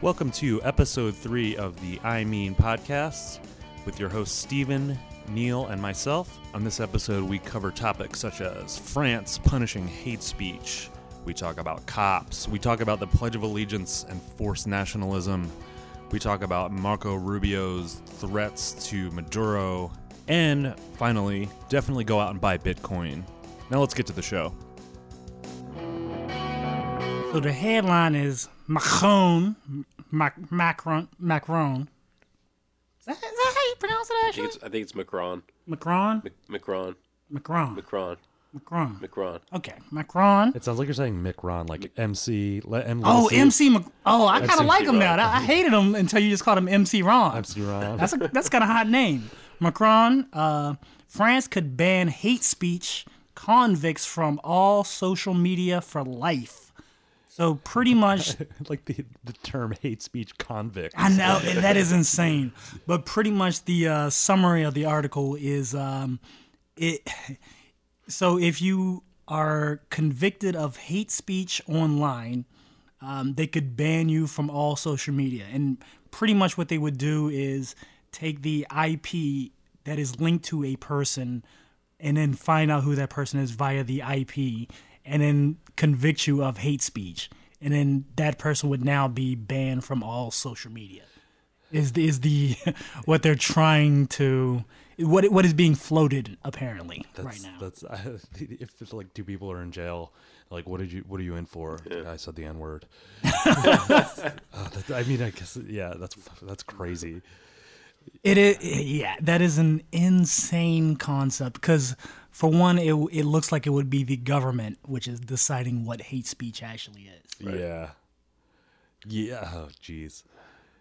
Welcome to episode three of the I Mean podcast with your hosts, Stephen, Neil, and myself. On this episode, we cover topics such as France punishing hate speech. We talk about cops. We talk about the Pledge of Allegiance and forced nationalism. We talk about Marco Rubio's threats to Maduro. And finally, definitely go out and buy Bitcoin. Now let's get to the show. So the headline is Macron, Mac- Macron, Macron. Is that, is that how you pronounce it? I think Actually, it's, I think it's Macron. Macron, Mac- Macron. Macron, Macron. Macron. Macron. Okay, Macron. It sounds like you're saying Mick Ron, like MC. Le- M- Oh, Lacey. MC. Mac- oh, I kind MC of like him now. Ron. I, I hated him until you just called him MC Ron. MC Ron. That's a, that's kind of hot name. Macron. Uh, France could ban hate speech convicts from all social media for life. So pretty much like the, the term hate speech convict. I know and that is insane. But pretty much the uh, summary of the article is um, it. So if you are convicted of hate speech online, um, they could ban you from all social media. And pretty much what they would do is take the IP that is linked to a person and then find out who that person is via the IP and then convict you of hate speech. And then that person would now be banned from all social media. Is the, is the what they're trying to what what is being floated apparently right That's, now? That's I, if it's like two people are in jail, like what did you what are you in for? I said the n word. Oh, I mean, I guess yeah, that's that's crazy. It is, yeah, that is an insane concept because, for one, it it looks like it would be the government which is deciding what hate speech actually is. Yeah, yeah. Oh, jeez.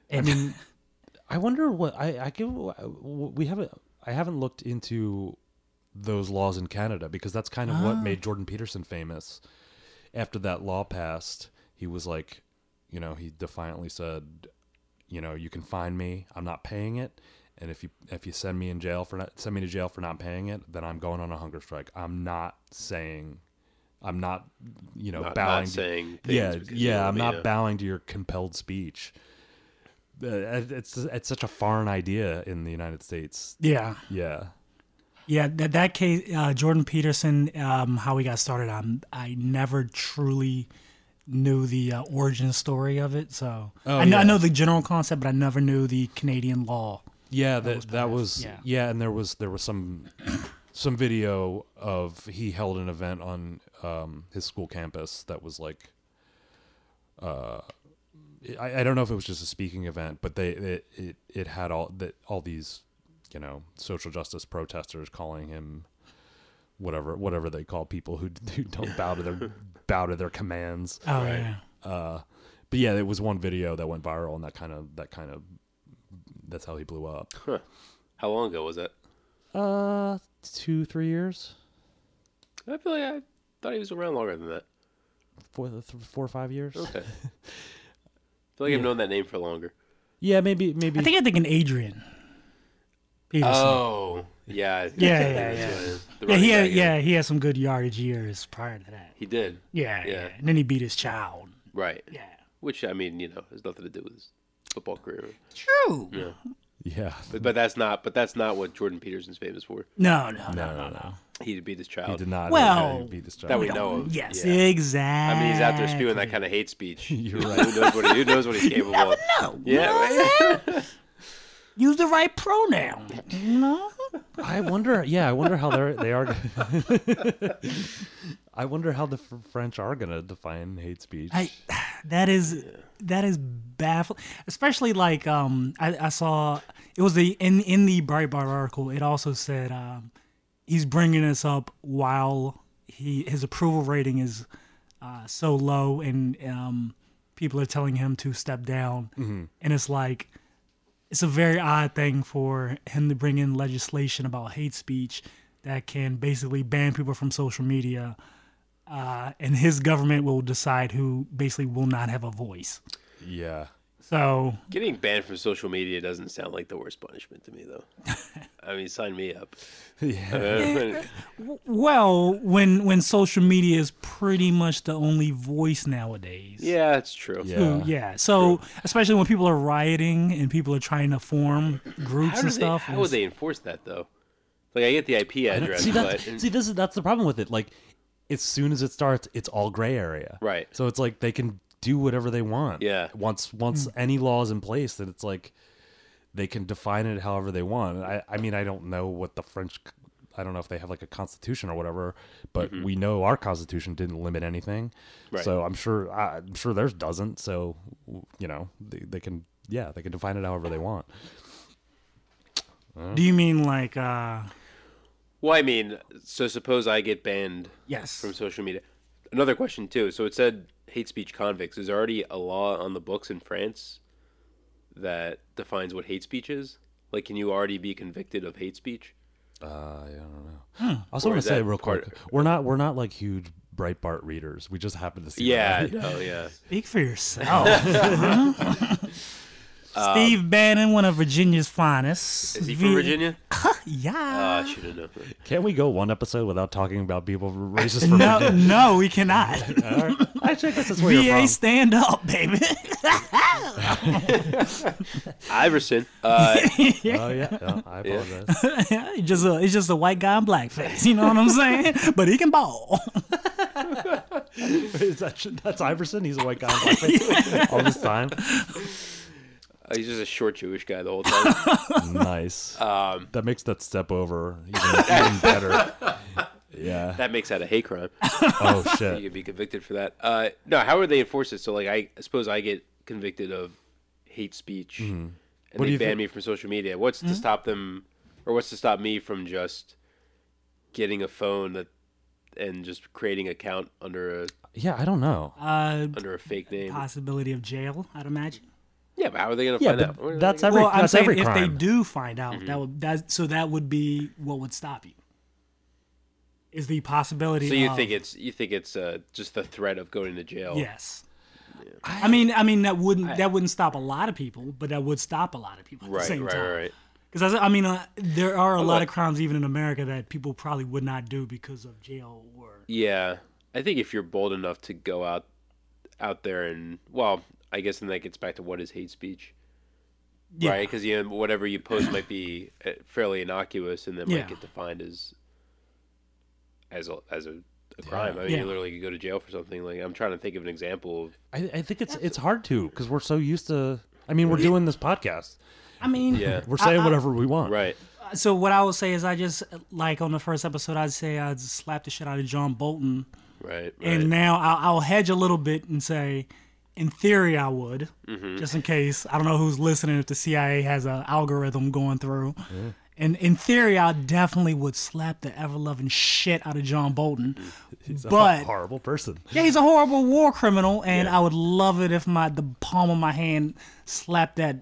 And I mean, I wonder what I I give. We haven't I haven't looked into those laws in Canada because that's kind of what made Jordan Peterson famous. After that law passed, he was like, you know, he defiantly said, you know, you can fine me. I'm not paying it. And if you if you send me in jail for not send me to jail for not paying it, then I'm going on a hunger strike. I'm not saying, I'm not, you know, Not, bowing. not to- saying things yeah, because you yeah. wanna I'm be not a- bowing to your compelled speech. Uh, it's it's such a foreign idea in the United States. yeah, Yeah, yeah, that that case, uh, Jordan Peterson, um, how we got started. Um, I never truly knew the uh, origin story of it, so Oh, I, know, yeah. I know the general concept, but I never knew the Canadian law. yeah. That that was, passed, yeah. yeah. and there was there was some some video of he held an event on um, his school campus that was like. Uh, I, I don't know if it was just a speaking event, but they it it, it had all that all these, you know, social justice protesters calling him whatever whatever they call people who, who don't bow to their bow to their commands. Oh yeah, uh but yeah there was one video that went viral and that kind of that kind of that's how he blew up Huh. How long ago was that? uh two three years I feel like I thought he was around longer than that. four th- four or five years Okay. I feel like I've known that name for longer. yeah maybe maybe I think I think in Adrian. Peterson. Oh, yeah. Yeah, yeah, yeah. The Yeah, running he had, back, yeah, he had some good yardage years prior to that. He did. Yeah, yeah, Yeah. And then he beat his child. Right. Yeah. Which, I mean, you know, has nothing to do with his football career. True. yeah But, but that's not but that's not what Jordan Peterson's famous for. No, no, no, no, no, no. He beat his child. he did not uh, Well, he beat this That job. we know of. Yes, Yeah. I exactly. mean, he's out there spewing that kind of hate speech. You're Who right. knows what he, who knows what he's capable of? No, Yeah, right. use the right pronoun. Uh-huh. You know? i wonder yeah i wonder how they're they are i wonder how the fr- french are gonna define hate speech I, that is that is baffling. Especially like um, I, I saw it was the in in the Breitbart article. It also said um, he's bringing this up while he his approval rating is uh, so low, and um, people are telling him to step down. And it's like it's a very odd thing for him to bring in legislation about hate speech that can basically ban people from social media uh, and his government will decide who basically will not have a voice. yeah So Getting banned from social media doesn't sound like the worst punishment to me, though. I mean, sign me up. Yeah. well, when when social media is pretty much the only voice nowadays. yeah, it's true. Ooh, yeah. So especially when people are rioting and people are trying to form groups How, do and they, stuff. how would they enforce that, though? Like, I get the IP address, see but that's see this is that's the problem with it like as soon as it starts it's all gray area Right. so it's like they can do whatever they want Yeah. once once any law is in place then it's like they can define it however they want i i mean i don't know what the french c- i don't know if they have like a constitution or whatever but we know our constitution didn't limit anything Mm-hmm. Right. so i'm sure I- i'm sure theirs doesn't so you know they, they can yeah they can define it however they want Do you mean like uh well, I mean, so suppose I get banned yes. from social media. Another question too. So it said hate speech convicts. Is there already a law on the books in France that defines what hate speech is? Like, can you already be convicted of hate speech? Uh, yeah, I don't know. I also Or want to is say that real quick, we're not we're not like huge Breitbart readers. We just happen to see. Yeah, that. no, yeah. Speak for yourself. huh? Steve Bannon, one of Virginia's finest. Uh, Is he from Vi- Virginia? Oh, Yeah. I should have known. that. Can't we go one episode without talking about people racist for Uh, no, no, we cannot. I check this is where you're VA, from. stand up, baby. Iverson. Uh, oh yeah, yeah, I apologize. He's just a, he's just a white guy in blackface. You know what I'm saying? but he can ball. Is that, that's Iverson. He's a white guy in blackface all this time. he's just a short Jewish guy the whole time. Nice. Um, that makes that step over even, even better. Yeah. that makes that a hate crime. oh You shit. could be convicted for that. Uh, no, how would they enforce it? So, like, I suppose I get convicted of hate speech, and Mm-hmm. do they you ban think- Hmm? me from social media. What's to stop them, or what's to stop me from just getting a phone that and just creating an account under a Yeah, I don't know. Uh, under a fake name? possibility of jail, I'd imagine. Yeah, but how are they gonna Yeah, find out? What are but they that's gonna- every well, I'm that's saying every if they crime. do find out, Mm-hmm. that would that so that would be what would stop you. Is the possibility? so you of, think it's you think it's uh, just the threat of going to jail? Yes. I mean, I mean that wouldn't that wouldn't stop a lot of people, but that would stop a lot of people at the Right, same right, time. right, right. Because I mean, uh, there are a lot of look. crimes even in America that people probably would not do because of jail or Yeah, I think if you're bold enough to go out out there and well, I guess then that gets back to what is hate speech, Right? 'Cause Yeah. right? Because you know, whatever you post might be uh, fairly innocuous and then Yeah. might get defined as as a as a, a crime. I mean, Yeah. you literally could go to jail for something. Like I'm trying to think of an example. Of, I, I think it's it's hard to because we're so used to. I mean, we're doing this podcast. I mean, yeah, We're saying I- whatever we want. right. So what I would say is, I just like on the first episode, I'd say I'd slap the shit out of John Bolton, Right, right. and now I'll, I'll hedge a little bit and say, in theory, I would, just in case. I don't know who's listening if the CIA has an algorithm going through. And in theory, I definitely would slap the ever loving shit out of John Bolton, but horrible person. Yeah, he's a horrible war criminal, and I would love it if my the palm of my hand slapped that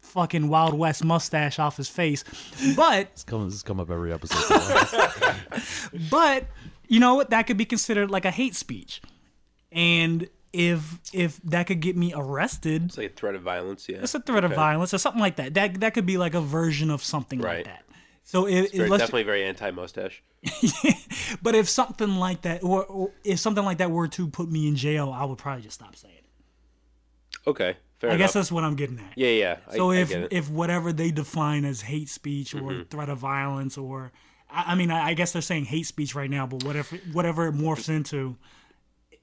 fucking Wild West mustache off his face. But It's come, this has come up every episode. but you know what? That could be considered like a hate speech, and if if that could get me arrested, it's like a threat of violence. Yeah, it's a threat of violence or something like that. That that could be like a version of something like Right. that. So if, Very- let's definitely very anti-mustache. but if something like that or, or if something like that were to put me in jail, I would probably just stop saying it. Okay, fair I enough. guess that's what I'm getting at. yeah, yeah. I- So I if get it. Mm-hmm. if whatever they define as hate speech or threat of violence or I, I mean I, I guess they're saying hate speech right now, but whatever whatever it morphs into,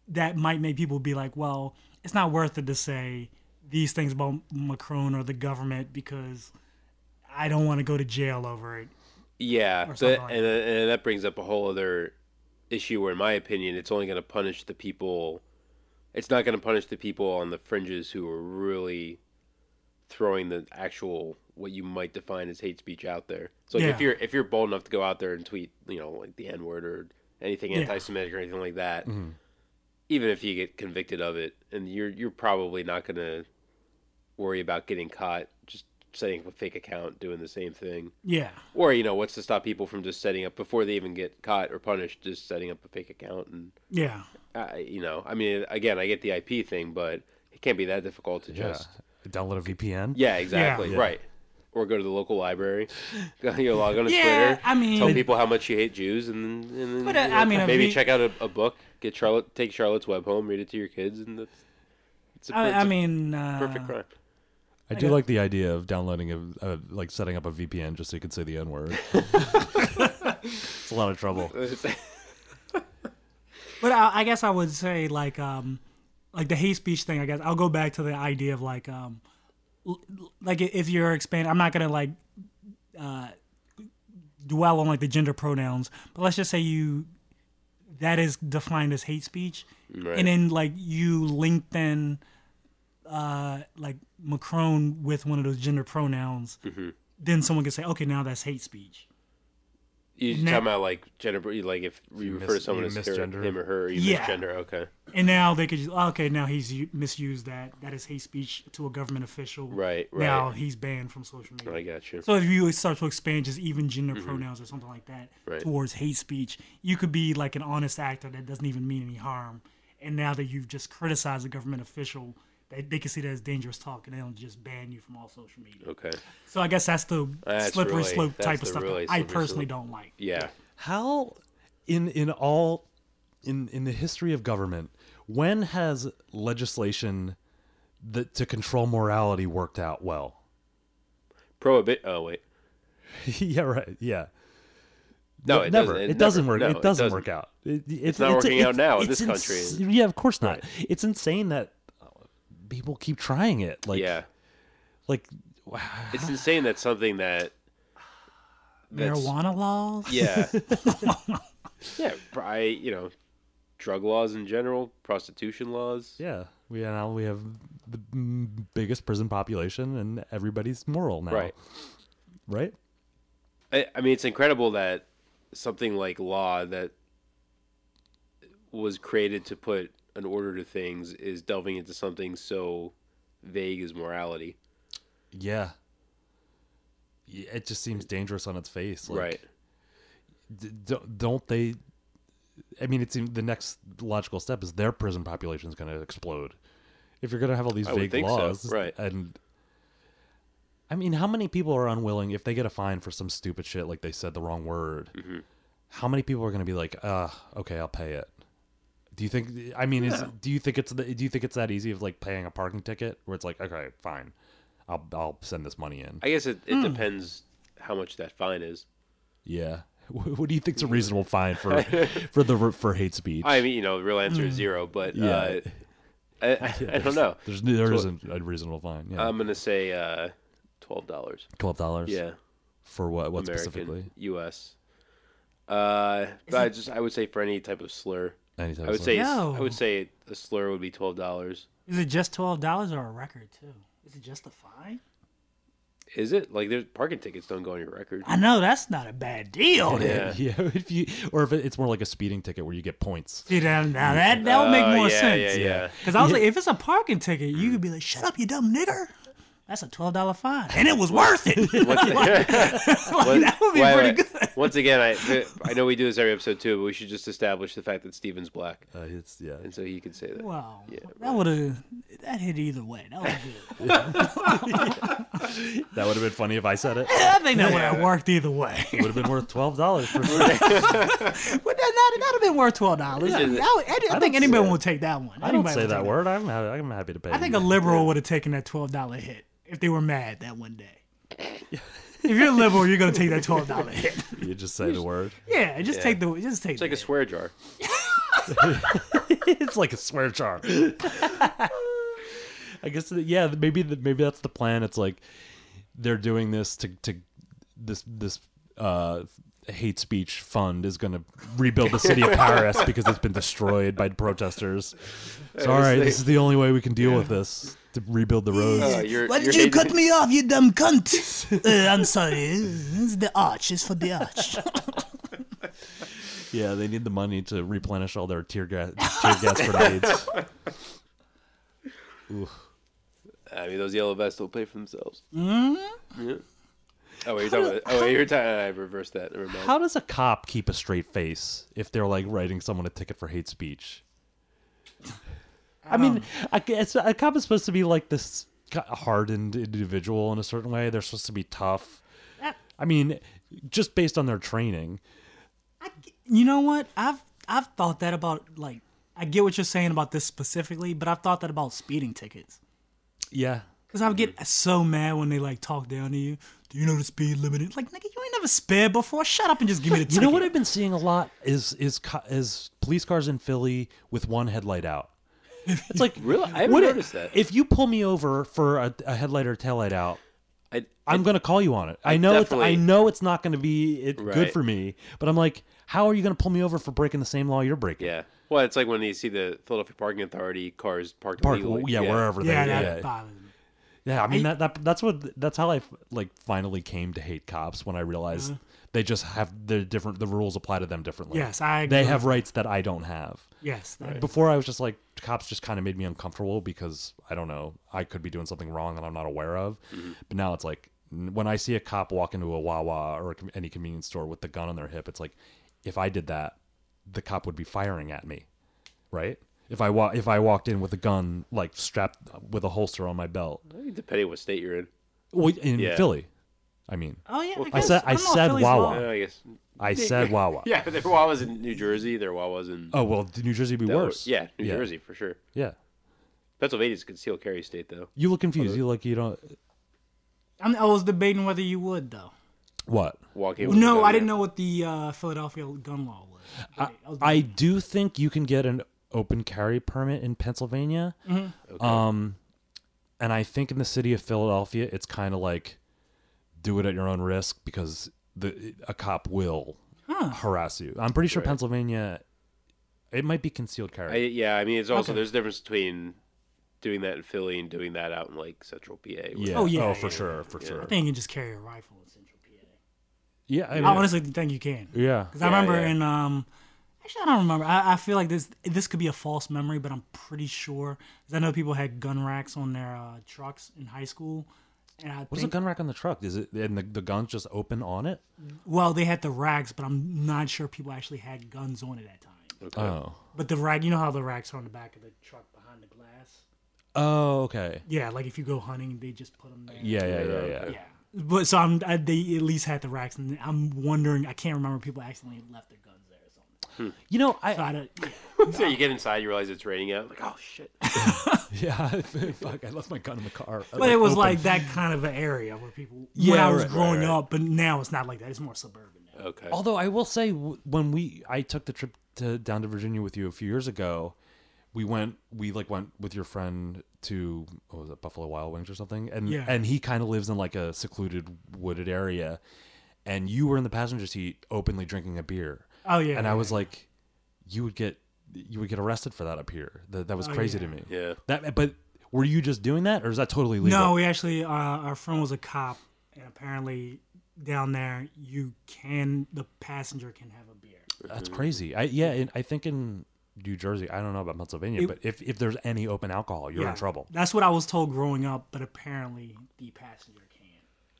that might make people be like, well, it's not worth it to say these things about Macron or the government because I don't want to go to jail over it. Yeah, so, something like and, and that brings up a whole other issue where, in my opinion, it's only going to punish the people. It's not going to punish the people on the fringes who are really throwing the actual what you might define as hate speech out there. So like, Yeah. if you're if you're bold enough to go out there and tweet, you know, like the N word or anything Yeah. anti-Semitic or anything like that, even if you get convicted of it, and you're you're probably not going to worry about getting caught just setting up a fake account doing the same thing. Yeah. Or you know, what's to stop people from just setting up before they even get caught or punished, just setting up a fake account and Yeah. uh, you know, I mean, again, I get the IP thing, but it can't be that difficult to yeah. just download a VPN. Yeah, exactly. Yeah. Right. Or go to the local library. you know, log on to Yeah, Twitter. I mean- tell people how much you hate Jews, and then, and then But, uh, you know, I mean, a maybe V- check out a, a book. Get Charlotte, take Charlotte's Web home, read it to your kids, and that's it's a, I, it's I a mean, uh, perfect crime. I do like the idea of downloading a, a like setting up a VPN just so you could say the N word. it's a lot of trouble. But I, I guess I would say like um, like the hate speech thing. I guess I'll go back to the idea of like um, l- l- like if you're expanding, I'm not gonna like uh, dwell on like the gender pronouns. But let's just say you that is defined as hate speech, Right. and then like you LinkedIn uh, like Macron with one of those gender pronouns, then someone could say, okay, now that's hate speech. You Now- talking about like gender? Like if you, refer to mis- someone you as her, misgender. him or her, you Yeah. misgender. Okay, And now they could just okay. Now he's u- misused that. That is hate speech to a government official. Right, right. Now he's banned from social media. Oh, I got you. So if you start to expand just even gender pronouns or something like that Mm-hmm. Right. towards hate speech, you could be like an honest actor that doesn't even mean any harm. And now that you've just criticized a government official, they, they can see that as dangerous talk and they'll just ban you from all social media. Okay, So I guess that's the That's slippery really- slope that's type of the stuff really that I slippery personally slope. don't like. yeah. How in in all in in the history of government, when has legislation that to control morality worked out well? Prohibit. Oh wait, yeah, right. Yeah. no, But it never. Doesn't, it, doesn't never- work. no, it doesn't work out. It- it's not working out now in it's this country. ins- yeah, of course not. It's insane that people keep trying it. Like, yeah, like it's insane that something that that's- Marijuana laws? Yeah. yeah, I you know, drug laws in general, prostitution laws. yeah, we now we have the m- biggest prison population, and everybody's moral now, Right. Right? I, I mean, it's incredible that something like law that was created to put an order to things is delving into something so vague as morality. Yeah. Yeah, It just seems dangerous on its face. Like, right. d- don't don't they i mean it's the next logical step is their prison population is going to explode if you're going to have all these I would vague think so, laws right. and i mean how many people are unwilling if they get a fine for some stupid shit like they said the wrong word Mm-hmm. how many people are going to be like uh okay i'll pay it do you think i mean is do you think it's the, do you think it's that easy of like paying a parking ticket where it's like okay fine i'll i'll send this money in I guess it, Hmm. it depends how much that fine is. yeah what what do you think's a reasonable fine for for the for hate speech I mean, you know, the real answer Hmm. is zero, but uh, I, I, I don't know. There's there isn't a reasonable fine. Yeah, I'm going to say uh, $12. twelve dollars. Yeah. for what? What American, specifically? U.S. Uh, but I just I would say for any type of slur, Any type I of would say No. I would say a slur would be twelve dollars. Is it just twelve dollars or a record too? Is it just a fine? Is it like there's parking tickets don't go on your record? I know that's not a bad deal, dude. slur. yeah. If you or if it, it's more like a speeding ticket where you get points. See now, now that that would make Oh, more yeah, sense. Yeah, yeah, Because I was like, if it's a parking ticket, you could be like, "Shut up, you dumb nigger." That's a twelve dollar fine, and it was worth it. Once, like, that would be wait, pretty wait. good. Once again, I I know we do this every episode too, but we should just establish the fact that Steven's black, Uh, it's yeah. and so he could say that. Wow, that would have that hit either way. That was good. That would have been funny if I said it. I think that would have worked either way. It would have been worth twelve dollars for. Would that not that'd have been worth twelve dollars? I, I, think anybody would take that one. I don't say that word. I'm ha- I'm happy to pay. I think a liberal would have taken that twelve dollar hit if they were mad that one day. if you're a liberal, you're gonna take that twelve dollar hit. you just say the word. Yeah, just take the just take. It's like a swear jar. it's like a swear jar. I guess that- yeah, maybe the, maybe that's the plan. It's like they're doing this to to this this uh, hate speech fund is going to rebuild the city of Paris because it's been destroyed by protesters. It's all right. This is the only way we can deal with this to rebuild the roads. Uh, you're, Why you're did you hating- cut me off, you dumb cunt? uh, I'm sorry. It's the arch. It's for the arch. Yeah, they need the money to replenish all their tear gas tear gas grenades. I mean, those yellow vests will pay for themselves. Hmm? Yeah. Oh wait, you're talking. About, oh wait, you're talking. I reversed that. Never mind. How does a cop keep a straight face if they're like writing someone a ticket for hate speech? I mean, I, guess a cop is supposed to be like this ki- hardened individual in a certain way. They're supposed to be tough. I mean, just based on their training. You know what? I've I've thought that about like I get what you're saying about this specifically, but I've thought that about speeding tickets. Yeah. Cause I would Mm-hmm. get so mad when they like talk down to you. Do you know the speed limit? It's like nigga, you ain't never sped before. Shut up and just give me the You ticket. know what I've been seeing a lot is is ca- is police cars in Philly with one headlight out. It's like Really? I haven't would it- noticed that. If you pull me over for a, a headlight or taillight out, I, I'm going to call you on it. I know it's, I definitely- know it's not going to be it, good Right. for me, but I'm like, how are you going to pull me over for breaking the same law you're breaking? yeah. Well, it's like when you see the Philadelphia Parking Authority cars parked Park, illegally. yeah, wherever yeah, they that yeah. bothers me. Yeah, I mean that, that that's what that's how I f- like finally came to hate cops when I realized they just have the different the rules apply to them differently. Uh-huh. Yes, I They agree. have rights that I don't have. Yes, that, Before I was just like cops just kind of made me uncomfortable because I don't know, I could be doing something wrong that I'm not aware of. Mm-hmm. But now it's like n- when I see a cop walk into a Wawa or a com- any convenience store with the gun on their hip, it's like if I did that, the cop would be firing at me. Right? If I wa- if I walked in with a gun like strapped with a holster on my belt, Depending what state you're in. well, in Yeah. Philly, I mean, oh yeah, I said- I don't know if said Philly's Wawa. law. Uh, I guess. I said Wawa. Yeah, there were Wawas in New Jersey. There were Wawas in. Oh well, New Jersey would be worse. Yeah, New yeah, Jersey for sure. Yeah. Pennsylvania's a concealed carry state, though. You look confused. You look you don't I'm, I was debating whether you would though. what? Walk in. with a No, gun, I didn't yeah. know what the uh, Philadelphia gun law was. I, was I do think you can get an open carry permit in Pennsylvania. Mm-hmm. Um, and I think in the city of Philadelphia, it's kind of like do it at your own risk because the a cop will harass you. I'm pretty sure Pennsylvania, it might be concealed carry. I, yeah, I mean, it's also there's a difference between doing that in Philly and doing that out in like Central PA. where- yeah. Oh, yeah, for yeah, sure. For sure. I think you can just carry a rifle in Central PA. Yeah. I mean, I honestly think you can. yeah. Because I remember yeah. in um, actually I don't remember. I, I feel like this this could be a false memory, but I'm pretty sure 'Cause I know people had gun racks on their uh, trucks in high school, and I What's a think gun rack on the truck? Is it and the, the gun's just open on it? well they had the racks, but I'm not sure people actually had guns on it at time. Okay. Oh. But the rack, you know how the racks are on the back of the truck behind the glass. Oh, okay. Yeah, like if you go hunting, they just put them there. Yeah, yeah, yeah, yeah. Yeah. Yeah. But so I'm I, they at least had the racks, and I'm wondering I can't remember if people accidentally left their guns there or something. You know, I So I don't, yeah. So you get inside, you realize it's raining out. Like, oh shit. yeah, fuck, I left my gun in the car. But it was like that kind of an area where people. when Yeah, I was right, growing right, right. up, but now it's not like that. It's more suburban. Now. Okay. Although I will say, w- when we I took the trip to down to Virginia with you a few years ago, we went we like went with your friend to what was it Buffalo Wild Wings or something, and Yeah. and he kind of lives in like a secluded wooded area, and you were in the passenger seat openly drinking a beer. Oh yeah. and I was like, you would get you would get arrested for that up here. That that was Oh, crazy to me. Yeah. That but were you just doing that or is that totally legal? no, we actually uh, our friend was a cop, and apparently down there you can the passenger can have a beer. That's crazy. I yeah, in, I think in New Jersey, I don't know about Pennsylvania, but if if there's any open alcohol, you're Yeah. in trouble. That's what I was told growing up, but apparently the passenger can.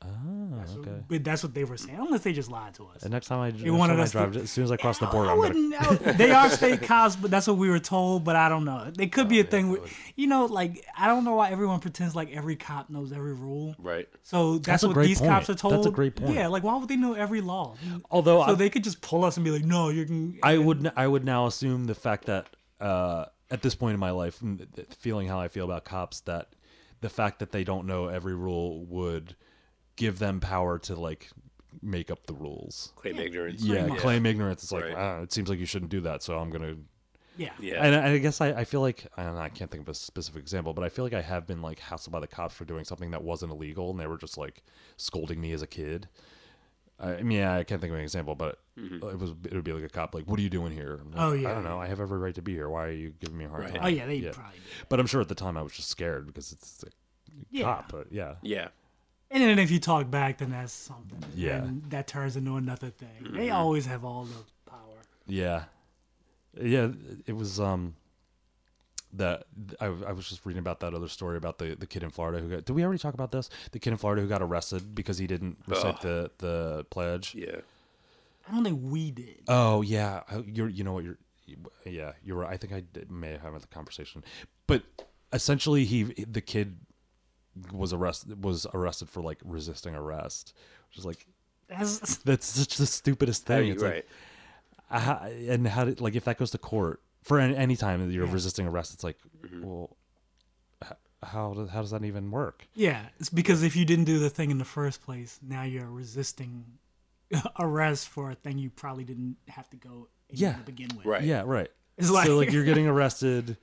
Oh, okay. But that's what they were saying, unless they just lied to us. The next time I, next wanted time I us to- drive, as soon as I cross the border, I I'm gonna, wouldn't know. They are state cops, but that's what we were told. But I don't know. They could be a thing. Where, you know, like I don't know why everyone pretends like every cop knows every rule. Right. So that's, a what great these point. cops are That's a told. great point. Yeah, like why would they know every law? although so I, they could just pull us and be like, "No, you can." I would n- I would now assume the fact that uh, at this point in my life, m- th- th- feeling how I feel about cops, that the fact that they don't know every rule would give them power to like make up the rules. Claim ignorance. Yeah, claim ignorance. It's like Right. ah, it seems like you shouldn't do that, so I'm gonna yeah. Yeah. And I, I guess I, I feel like I, don't know, I can't think of a specific example, but I feel like I have been like hassled by the cops for doing something that wasn't illegal, and they were just like scolding me as a kid. I, I mean, yeah, I can't think of an example, but Mm-hmm. it was it would be like a cop, like, "What are you doing here?" I'm like, Oh, yeah. I don't know. I have every right to be here. Why are you giving me a hard Right. time? Oh yeah, they probably. But I'm sure at the time I was just scared because it's a Yeah. cop. But yeah, Yeah. And then if you talk back, then that's something. Yeah. And that turns into another thing. They always have all the power. yeah, yeah. It was um. That I, I was just reading about that other story about the, the kid in Florida who got. Did we already talk about this? The kid in Florida who got arrested because he didn't recite the, the pledge. Yeah. I don't think we did. Oh yeah, I- you're you know what you're yeah you're right. I think I did, may have had the conversation, but essentially he the kid was arrested was arrested for like resisting arrest, which is like That's, that's such the stupidest Hey, thing. It's right. like I, ha- and how did like if that goes to court for any, any time that you're resisting arrest, it's like Mm-hmm. well, h- how does how does that even work? yeah, it's because if you didn't do the thing in the first place, now you're resisting arrest for a thing you probably didn't have to go in Yeah. to begin with. right. Yeah, right. It's like- so like you're getting arrested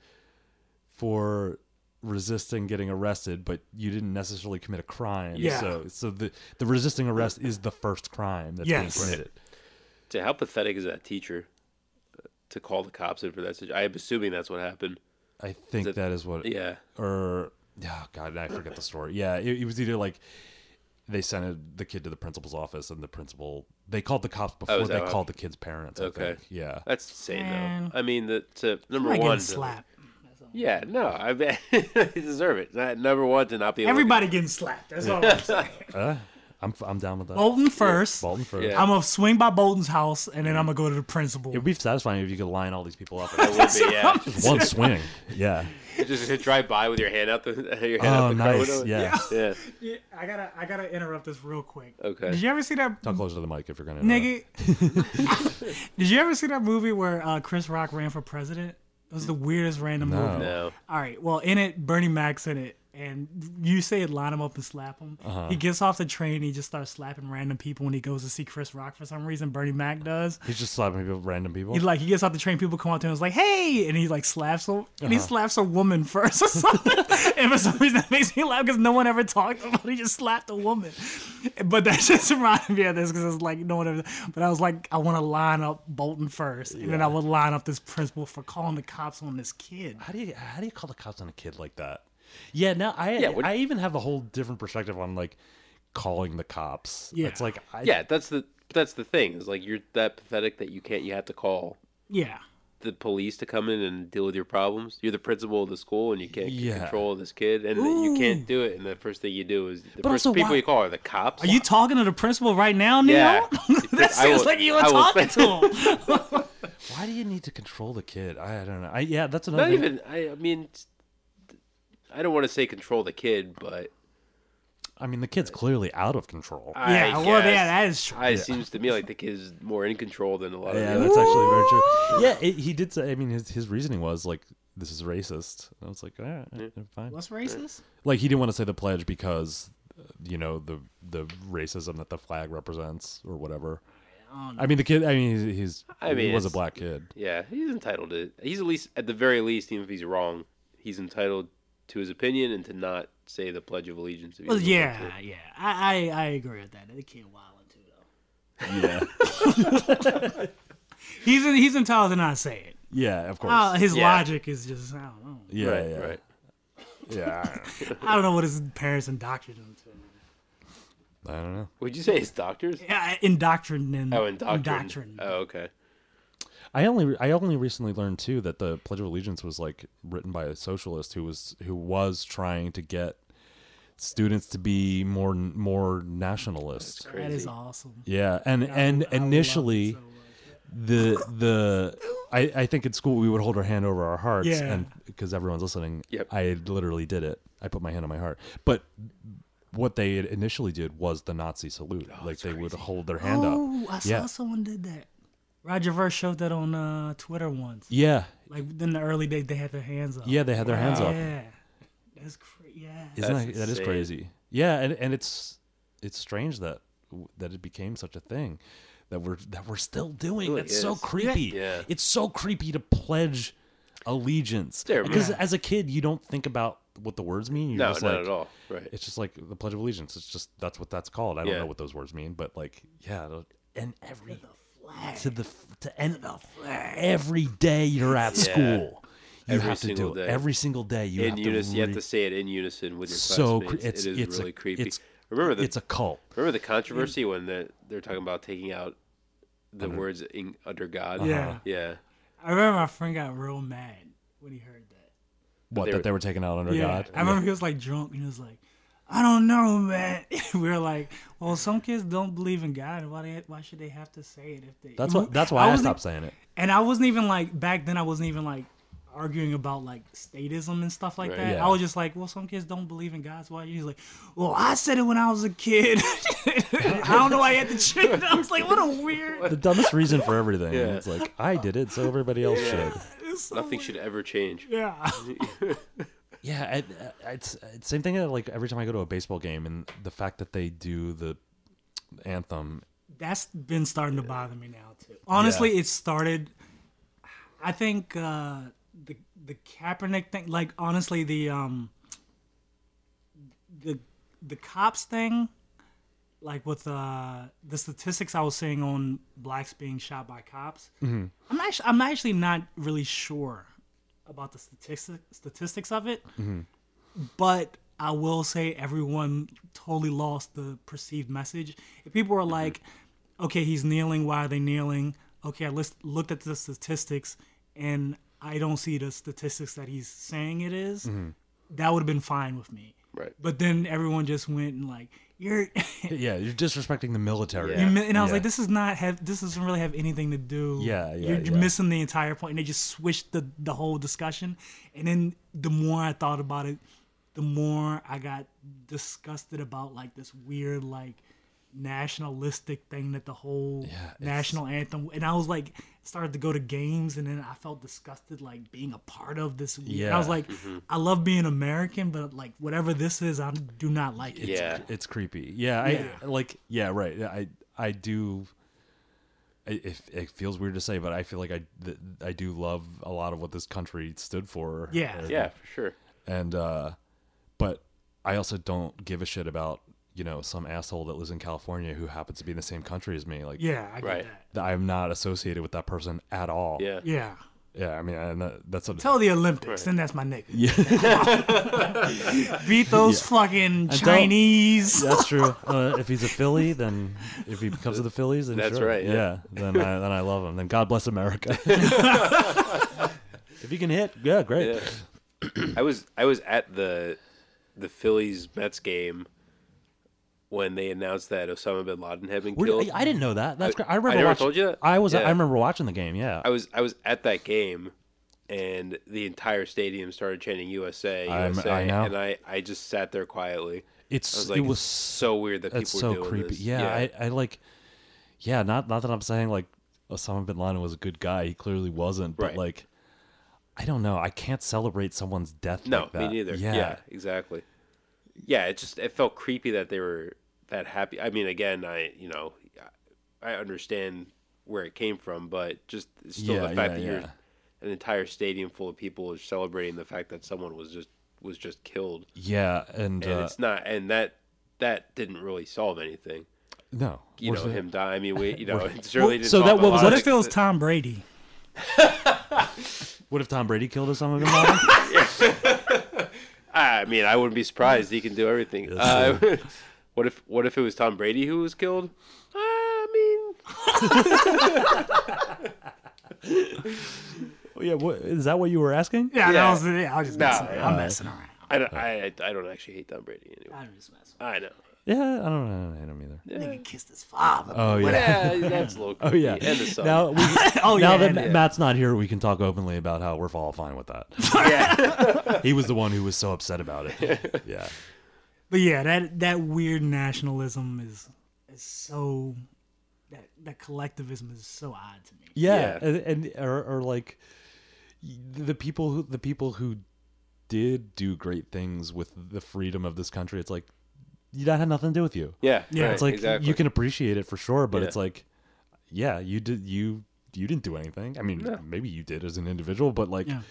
for resisting getting arrested, but you didn't necessarily commit a crime. Yeah. So so the the resisting arrest is the first crime that's Yes. being committed. So how pathetic is that teacher uh, to call the cops in for that situation? I'm assuming that's what happened. I Is think it- that is what Yeah. or oh god, I forget the story. Yeah, it, it was either like they sent the kid to the principal's office, and the principal they called the cops before Oh, is they that what- called the kid's parents. I Okay. think. Yeah, That's insane, Man. though. I mean, the, to number I one, get to- slapped. Yeah, no, I bet they deserve it. Not, number one to not be able to- Everybody getting slapped. That's all I'm saying. I'm I'm down with that. Bolton first. Bolton first. Yeah. I'm gonna swing by Bolton's house and then I'm gonna go to the principal. It would be satisfying if you could line all these people up It in would be, yeah. just one swing. Yeah. Just to drive by with your hand out the your hand out Oh, the car nice. window. Yeah. yeah. Yeah, I gotta I gotta interrupt this real quick. Okay. Did you ever see that Talk closer to the mic if you're gonna. interrupt. nigga? Did you ever see that movie where uh, Chris Rock ran for president? It was the weirdest random movie. No. All right. Well, in it, Bernie Mac's in it, and you say it, line him up and slap him. He gets off the train, and he just starts slapping random people when he goes to see Chris Rock for some reason. Bernie Mac does. He's just slapping people, random people. He like he gets off the train, people come up to him, and is like, "Hey!" and he like slaps him, and he slaps a woman first or something. and for some reason that makes me laugh because no one ever talked about. it. He just slapped a woman. But that just reminded me of this because it's like no one ever. But I was like, I want to line up Bolton first, and then I would line up this principal for calling the cops on this kid. how do you how do you call the cops on a kid like that? Yeah. Now I what- I even have a whole different perspective on like calling the cops. Yeah. It's like I, Yeah, that's the that's the thing. Is like you're that pathetic that you can't. You have to call Yeah, the police to come in and deal with your problems. You're the principal of the school, and you can't get Yeah. control of this kid, and you can't do it. And the first thing you do is the first also, people why- you call are the cops. are you talking to the principal right now, Neil? Yeah. that I will- sounds like you were I will talking say- to him. Why do you need to control the kid? I, I don't know. I, yeah, that's another. Not thing. even. I, I mean, it's- I don't want to say control the kid, but I mean, the kid's clearly out of control. yeah, I well, yeah, guess- that is true. I, it seems to me like the kid is more in control than a lot of yeah, the that's actually very true. Yeah, it, he did say. I mean, his his reasoning was like, "This is racist." And I was like, "All right, fine." What's racist? Like, he didn't want to say the pledge because, uh, you know, the the racism that the flag represents or whatever. I mean, the kid. I mean, he's. he's I he mean, was a it's- black kid. Yeah, he's entitled to. He's at least, at the very least, even if he's wrong, he's entitled to his opinion and to not say the Pledge of Allegiance. If he Well, doesn't want yeah, yeah. I, I, I agree with that. The kid wilding too though. Yeah, He's in, he's entitled to not say it. yeah, of course. Uh, his Yeah. logic is just I don't know. yeah, to. Oh. Right, yeah, right. yeah. I don't know. I don't know what his parents indoctrinated him to. I don't know. Would you say it's doctors? Yeah, indoctrinated him. Oh, indoctrined. Indoctrined. Oh, okay. I only I only recently learned too that the Pledge of Allegiance was like written by a socialist who was who was trying to get students to be more more nationalist. that is awesome. Yeah, and and I love it initially so much. the the I, I think in school we would hold our hand over our hearts Yeah. and because everyone's listening Yep. i literally did it i put my hand on my heart but what they had initially did was the nazi salute like they would hold their hand oh, up I saw yeah someone did that. Roger Ver showed that on uh, Twitter once. yeah Like in the early days, they had their hands up. yeah they had their hands up Yeah, that's crazy. Yeah. Isn't That's that, that is insane. crazy. Yeah, and, and it's it's strange that that it became such a thing that we're that we're still doing. really That's so is. creepy. Yeah. It's so creepy to pledge allegiance There, because man. as a kid you don't think about what the words mean. You're No, just not like, at all. Right. It's just like the Pledge of Allegiance. It's just that's what that's called. I don't Yeah. know what those words mean, but like yeah, it'll- and every Flag. to the f- to end The flag. every day you're at Yeah. school. You Every have to do single it day. every single day. You in have unison, to you have re- to say it in unison with your so cre- classmates. it's it is it's really a, creepy. It's, remember the it's a cult. remember the controversy when they're, they're talking about taking out the words in, under God. Yeah. Uh-huh. Yeah. I remember my friend got real mad when he heard that. What They that were- they were taken out under God. I remember he was like drunk and he was like, I don't know, man. we were like, well, some kids don't believe in God. Why they, why should they have to say it if they? That's what. That's why I, wasn't- stopped saying it. And I wasn't even like back then. I wasn't even like arguing about like statism and stuff like Right. that. Yeah. I was just like, well, some kids don't believe in God's why. He's like, well, I said it when I was a kid. I don't know why I had to change. I was like, what a weird. The dumbest reason for everything. Yeah. It's like I did it, so everybody else should. it's so Nothing weird. should ever change. Oh, Yeah. Yeah, I, I, it's it's same thing. uh, Like every time I go to a baseball game, and the fact that they do the anthem. that's been starting to bother me now too. Honestly, it started. I think uh, the the Kaepernick thing, like honestly, the um, the the cops thing, like with uh, the statistics I was seeing on blacks being shot by cops. I'm actually I'm actually not really sure about the statistic, statistics of it, but I will say everyone totally lost the perceived message. If people were like, "Okay, he's kneeling. Why are they kneeling?" Okay, I list, looked at the statistics, and I don't see the statistics that he's saying it is, That would have been fine with me. Right. But then everyone just went and like, "You're," Yeah, you're disrespecting the military. Yeah. and I was Yeah. like, "This is not have. This doesn't really have anything to do." Yeah, yeah, You're, you're yeah. missing the entire point. And they just switched the the whole discussion. And then the more I thought about it, the more I got disgusted about like this weird like nationalistic thing that the whole it's- national anthem and I was like started to go to games and then I felt disgusted like being a part of this weird, I was Yeah. like I love being American but like whatever this is I do not like it Yeah. it's creepy. Yeah, I Yeah. like. Yeah, right. Yeah, I I do. I- It, it feels weird to say, but I feel like I th- I do love a lot of what this country stood for. Uh, Yeah. and, Yeah, for sure. and uh, but I also don't give a shit about you know some asshole that lives in California who happens to be in the same country as me. Like, yeah I get Right. that th- I'm not associated with that person at all. Yeah. yeah yeah. I mean, and that, that's a Tell the Olympics, then that's my nigga. Beat those fucking don't- Chinese. That's true. Uh, if he's a Philly, then if he becomes of the Phillies, then That's sure. right, yeah. then I, then I love him. Then God bless America. if you can hit, yeah, great. Yeah. I was I was at the the Phillies Mets game when they announced that Osama bin Laden had been Were- killed. I, I didn't know that. That's I- great. I I remember never watching, told you that? I was. Yeah. I remember watching the game. Yeah, I was I was at that game, and the entire stadium started chanting USA I'm- USA, I know. and I I just sat there quietly. I it's was like, it was it's so weird that people That's were so doing creepy. this. Yeah, I, I like. Yeah, not not that I'm saying like Osama bin Laden was a good guy. He clearly wasn't. But Right. like, I don't know. I can't celebrate someone's death. no, like that. me neither. Yeah. exactly. Yeah, it just it felt creepy that they were that happy. I mean, again, I you know, I understand where it came from, but just still Yeah, the fact yeah, that you're yeah. an entire stadium full of people is celebrating the fact that someone was just was just killed, yeah, and, and uh, it's not, and that that didn't really solve anything. no, you Or know so- him die. I mean, we you know it certainly didn't. so solve that- a what was- lot what of if it was the- Tom Brady? What if Tom Brady killed Osama bin Laden? I mean, I wouldn't be surprised. He can do everything. Uh, what if what if it was Tom Brady who was killed? I mean, Oh, yeah, what, is that what you were asking? Yeah, that Yeah. was yeah, I was just Nah, messing around. I'm messing around. I don't, I, I don't actually hate Tom Brady anyway. I'm just messing I know. Yeah, I don't, I don't hate him either. around. Nigga kissed his father. Oh yeah. Yeah, that's low. Oh yeah. and the son. Now, we, oh now yeah, that and- Ma- Matt's not here, we can talk openly about how we're all fine with that. yeah, he was the one who was so upset about it. Yeah. but yeah, that that weird nationalism is is so that that collectivism is so odd to me. yeah, Yeah. and, and or, or like y- the people who the people who did do great things with the freedom of this country it's like you that had nothing to do with you yeah, Yeah, right, it's like exactly. you can appreciate it for sure but Yeah. it's like yeah you did you you didn't do anything i mean maybe you did as an individual but like Yeah.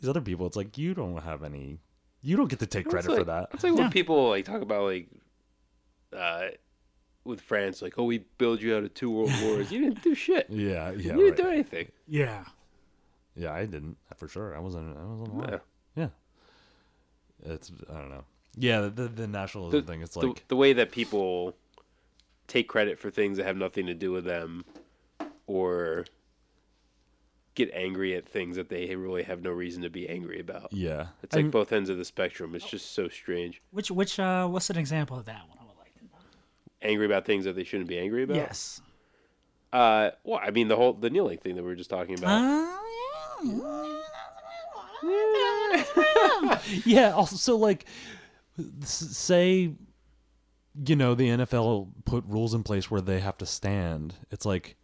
these other people it's like you don't have any you don't get to take It's credit like, for that It's like when Yeah. people like talk about like uh, with France, like, oh, we build you out of two world wars. You didn't do shit. yeah yeah you right. didn't do anything. Yeah, yeah i didn't for sure i wasn't i wasn't alive. Yeah. Yeah. It's I don't know. Yeah, the the, the nationalism thing. It's the, like the way that people take credit for things that have nothing to do with them or get angry at things that they really have no reason to be angry about. yeah, It's like both ends of the spectrum. It's just so strange. which which uh, what's an example of that one? I would like to know. Angry about things that they shouldn't be angry about. Yes. Uh, well, I mean the whole the kneeling thing that we were just talking about. Uh, yeah. yeah. Also, so like, s- say, you know, the NFL put rules in place where they have to stand. It's like,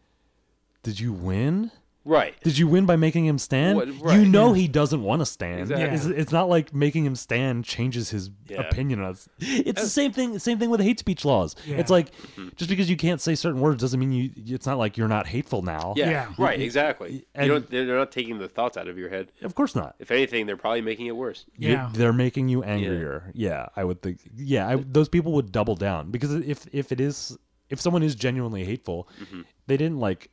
did you win? Right. Did you win by making him stand? What- right, you know he doesn't want to stand. Exactly. It's, it's not like making him stand changes his Yeah. opinion on us. It's the same thing. Same thing with hate speech laws. Yeah. It's like Mm-hmm. just because you can't say certain words doesn't mean you. It's not like you're not hateful now. Yeah. Yeah. Right. Exactly. and- you don't. They're they're not taking the thoughts out of your head. Of course not. If anything, they're probably making it worse. You- Yeah. they're making you angrier. Yeah, I would think. Yeah, I, those people would double down because if if it is if someone is genuinely hateful, Mm-hmm. they didn't like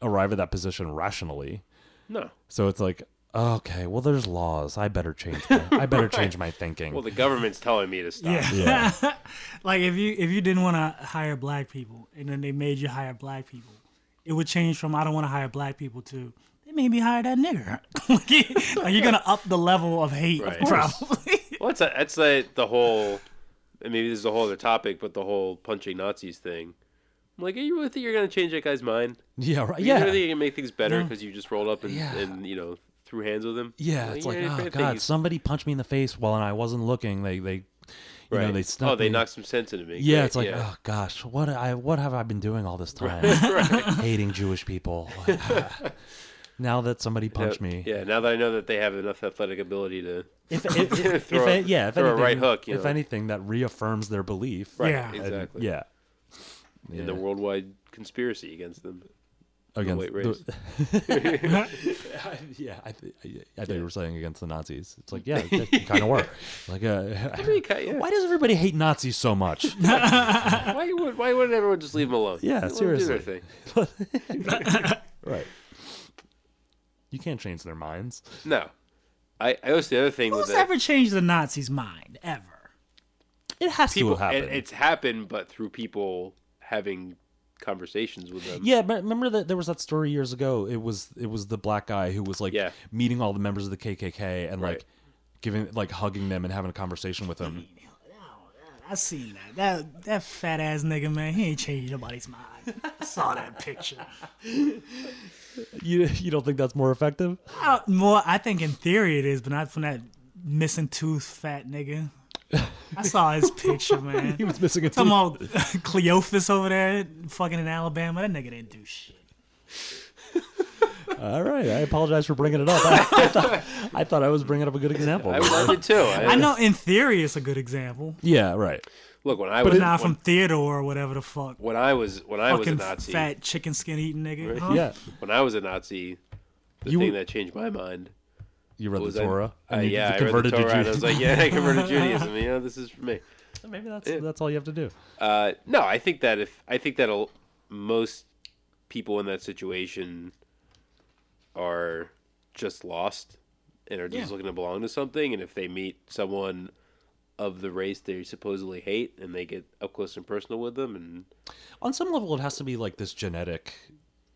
arrive at that position rationally. No. So it's like, okay, well, there's laws. I better change. My, I better change my thinking. Well, the government's telling me to stop. Yeah. yeah, like if you if you didn't want to hire black people and then they made you hire black people, it would change from I don't want to hire black people to they made me hire that nigger. like, like you're gonna up the level of hate, Right. Of course. probably. Well, that's a, that's a, the whole. And maybe this is a whole other topic, but the whole punching Nazis thing. I'm like, are you really think you're gonna change that guy's mind? yeah, right. You Yeah, really think you can make things better because you just rolled up and, Yeah. and you know threw hands with him? yeah. It's like, you oh think god, he's- somebody punched me in the face while I wasn't looking. They they, you know, right. they snuck oh, they me. knocked some sense into me. Yeah, Great, it's like, oh gosh, what I what have I been doing all this time? Hating Jewish people. now that somebody punched Now- me, Yeah, now that I know that they have enough athletic ability to. if, if, if, Throw a- a- yeah, if throw a anything, right hook, you if know. anything, that reaffirms their belief. Right, Yeah. exactly. Yeah, In Yeah. the worldwide conspiracy against them. white against the- yeah, I, th- I, I thought you were saying against the Nazis. It's like, yeah, that kind of work. Like, uh, Pretty ki- yeah. why does everybody hate Nazis so much? Why would why wouldn't everyone just leave them alone? Yeah, Let 'em do their seriously. thing. right. You can't change their minds. No, I I also the other thing was Who's that ever changed the Nazis' mind ever? It has people to happen. it- it's happened, but through people having conversations with them. Yeah, but remember that there was that story years ago. It was it was the black guy who was like Yeah. meeting all the members of the KKK and Right. like giving like hugging them and having a conversation with them. I seen that. That that fat ass nigga man, he ain't changed nobody's mind. I saw that picture. You you don't think that's more effective? I, more, I think in theory it is, but not from that missing tooth fat nigga. I saw his picture, man. He was missing a Talking tooth. about Cleophas over there, fucking in Alabama. That nigga didn't do shit. All right, I apologize for bringing it up. I, I thought, I thought I was bringing up a good example. I would love it too. I, I know in theory it's a good example, Yeah, right. look when I but was not when, from Theodore or whatever the fuck. when I was when I was a Fucking Nazi. fat chicken skin eating nigga. huh? Yeah, When I was a Nazi, the You thing were- that changed my mind you read was the Torah. I, uh, and you yeah, I read the converted Torah, and I to was Judaism. like, yeah, I converted to Judaism. You know, this is for me. Maybe that's that's all you have to do. Uh, no, I think that if I think that a- most people in that situation are just lost and are just Yeah. looking to belong to something, and if they meet someone of the race they supposedly hate, and they get up close and personal with them, and On some level, it has to be like this genetic.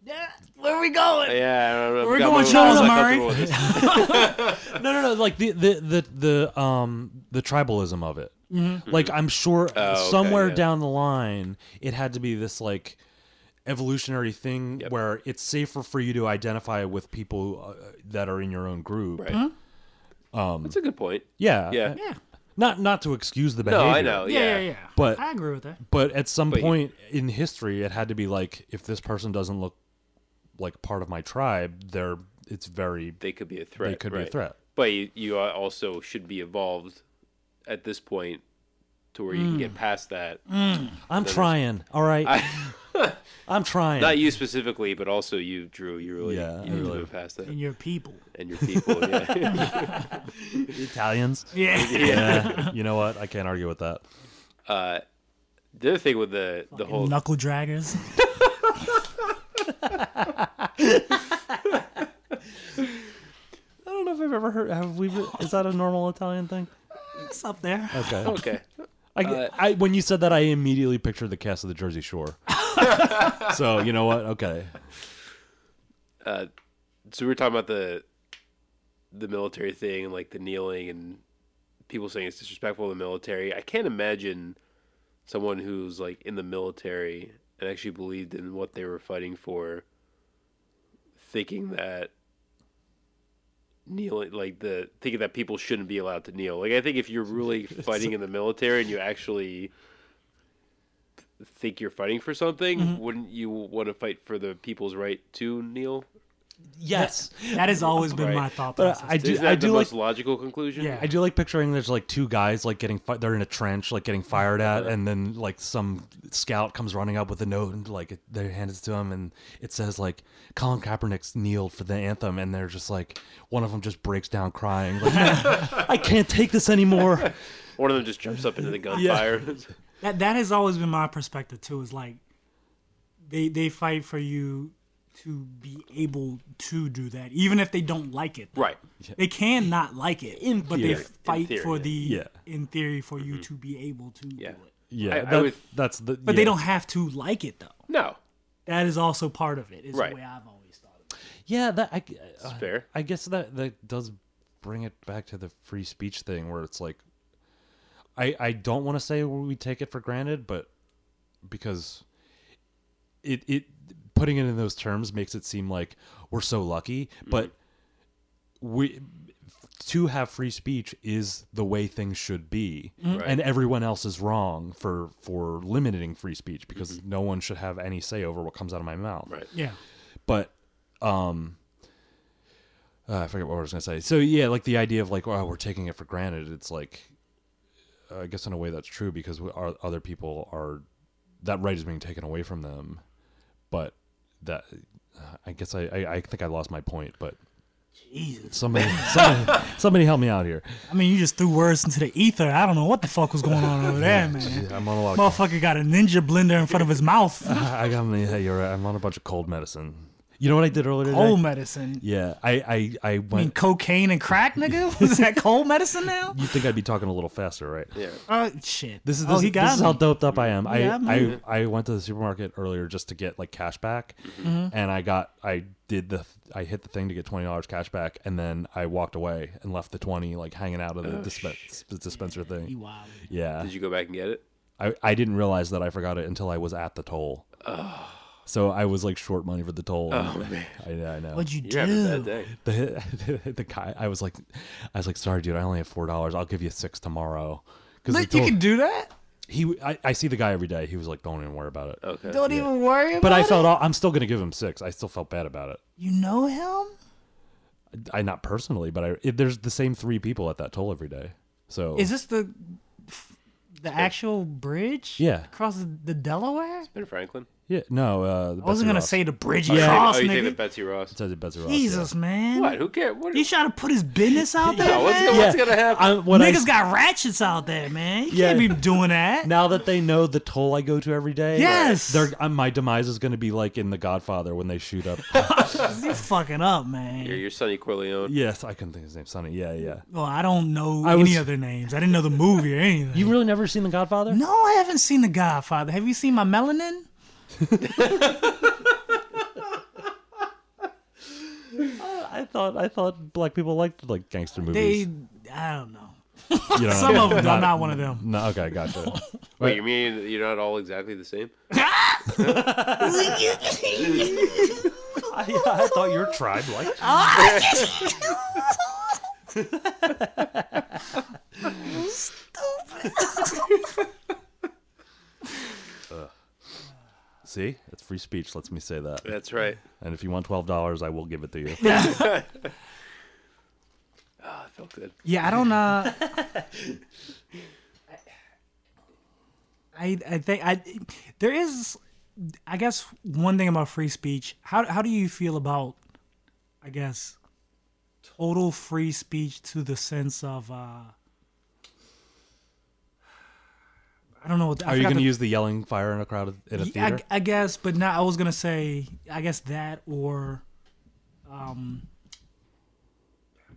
Yeah, where we going? yeah, I don't know, We're got going my- Charles I'm not Murray. comfortable with this. No, no, no. Like the the the, the um the tribalism of it. Like I'm sure Mm-hmm. Oh, okay, somewhere yeah. down the line, it had to be this like evolutionary thing Yep. where it's safer for you to identify with people uh, that are in your own group. Right. That's a good point. Yeah. Yeah. Yeah. Not not to excuse the No, behavior. I know. Yeah, yeah, yeah. But- I agree with that. But at some But you- point in history, it had to be like if this person doesn't look like part of my tribe, they're it's very they could be a threat. could be a right. threat. But you, you are- also should be evolved at this point to where you can get past that. I'm trying. All right. I'm trying. Not you specifically, but also you, Drew. You really, Yeah, you I really really- move past that, And your people. and your people. Yeah. Italians. Yeah. yeah. You know what? I can't argue with that. Uh, the other thing with the the whole Knuckle draggers. I don't know if I've ever heard. Have we? Is that a normal Italian thing? It's up there. Okay. okay, I, I, when you said that, I immediately pictured the cast of the Jersey Shore. so you know what? Okay. so we were talking about the the military thing and like the kneeling and people saying it's disrespectful to the military. I can't imagine someone who's like in the military and actually believed in what they were fighting for thinking that kneeling like the thinking that people shouldn't be allowed to kneel like i think if you're really fighting in the military and you actually think you're fighting for something wouldn't you want to fight for the people's right to kneel Yes. That has always been Right. my thought But process. I do is that I the do like most logical conclusion Yeah. I do like picturing there's like two guys like getting fi- they're in a trench like getting fired at and then like some scout comes running up with a note and like they hand it to him and it says like Colin Kaepernick's kneeled for the anthem and they're just like one of them just breaks down crying like "Man, I can't take this anymore one of them just jumps up into the gunfire Yeah. that that has always been my perspective too. Is like they they fight for you to be able to do that, even if they don't like it. right They can not like it, In but theory. they fight theory, for yeah. Mm-hmm. the Yeah. in theory for you to be able to yeah do it. yeah I- I that- would- that's the But they don't have to like it though. no That is also part of it. Is Right. the way I've always thought. Of it. yeah that I, uh, fair I guess that that does bring it back to the free speech thing where it's like I I don't want to say we take it for granted, but because it it putting it in those terms makes it seem like we're so lucky, Mm-hmm. but we to have free speech is the way things should be Mm-hmm. Right. and everyone else is wrong for for limiting free speech because Mm-hmm. no one should have any say over what comes out of my mouth Right. Yeah. but um uh, i forget what i was gonna say so yeah like the idea of like oh we're taking it for granted it's like uh, i guess in a way that's true because we are, other people are that right is being taken away from them but that i guess i i, I think i lost my point but Jesus. somebody somebody, somebody help me out here I mean, you just threw words into the ether. I don't know what the fuck was going on over there, man. i'm on a lot of Motherfucker got a ninja blender in front of his mouth. i got yeah, you're right. i'm on a bunch of cold medicine you know what i did earlier today? Old medicine. yeah i i i I mean, went cocaine and crack, nigga? Is that cold medicine now? you think i'd be talking a little faster right yeah Oh, shit. This is oh, this, he is- got this is how me. doped up I am. got I, me. I I went to the supermarket earlier just to get like cash back, Mm-hmm. and I got I did the I hit the thing to get twenty dollars cash back, and then I walked away and left the twenty like hanging out of the, dispen- the dispenser He thing. wild. Yeah, did you go back and get it I I didn't realize that I forgot it until I was at the toll. So I was like short money for the toll. Oh man, I, I know. What'd you you're having a bad do? day the, the guy, I was like, I was like, sorry, dude, I only have four dollars. I'll give you six tomorrow. Because But you can do that? he, I, I see the guy every day. He was like, don't even worry about it. okay Don't even worry about But I it? felt all, I'm still gonna give him six. I still felt bad about it. You know him? I not personally, but I it, there's the same three people at that toll every day. So Is this the the actual bridge? Yeah. Across the, the Delaware? ben franklin yeah, no. Uh, I wasn't going to say the bridge Oh, you take- across, oh you take the nigga. betsy ross Says it Betsy Ross. Jesus, man. what who cares what You trying to put his business out there, Yeah, what's, man? gonna, what's gonna happen I, what I, Niggas got ratchets out there, man. You Yeah. can't be doing that. now that they know the toll I go to every day. Yes. they're, uh, my demise is gonna be like in The Godfather when they shoot up. You fucking up, man. You're, you're Sonny Corleone. yes, I couldn't think of his name. Sonny. Yeah, yeah. Well, I don't know I any was- other names. I didn't know the movie or anything. You really never seen The Godfather? no, I haven't seen The Godfather. Have you seen my melanin? I thought I thought black people liked like gangster movies. They, I don't know. you know, Some of them. I'm not one of them. No, okay, gotcha. Wait, you mean you're not all exactly the same? I, I thought your tribe liked. Stupid. See, it's free speech. Lets me say that. That's right. And if you want twelve dollars, I will give it to you. Oh, I felt good. Yeah, I don't uh I I think I there is I guess one thing about free speech. How how do you feel about I guess total free speech to the sense of uh I don't know what I Are you forgot going to the- use the yelling fire in a crowd in Yeah, a I, theater? I guess, but not. I was gonna say, I guess that or, um,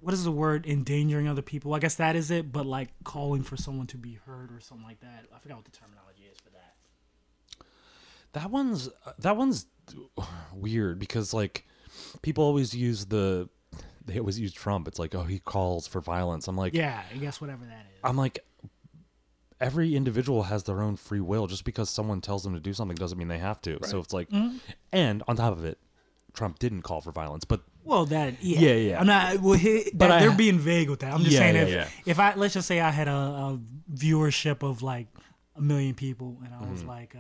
what is the word? Endangering other people. I guess that is it. But like calling for someone to be heard or something like that. I forgot what the terminology is for that. that one's that one's weird because like people always use the they always use Trump. It's like oh he calls for violence. I'm like Yeah, I guess whatever that is. I'm like every individual has their own free will. Just because someone tells them to do something doesn't mean they have to. So it's like and on top of it, Trump didn't call for violence, but Well, that yeah, Yeah, yeah. I'm not. Well, he, that, I- they're being vague with that. I'm just Yeah, saying yeah, if yeah. if I let's just say I had a, a viewership of like a million people, and I Mm-hmm. was like, uh,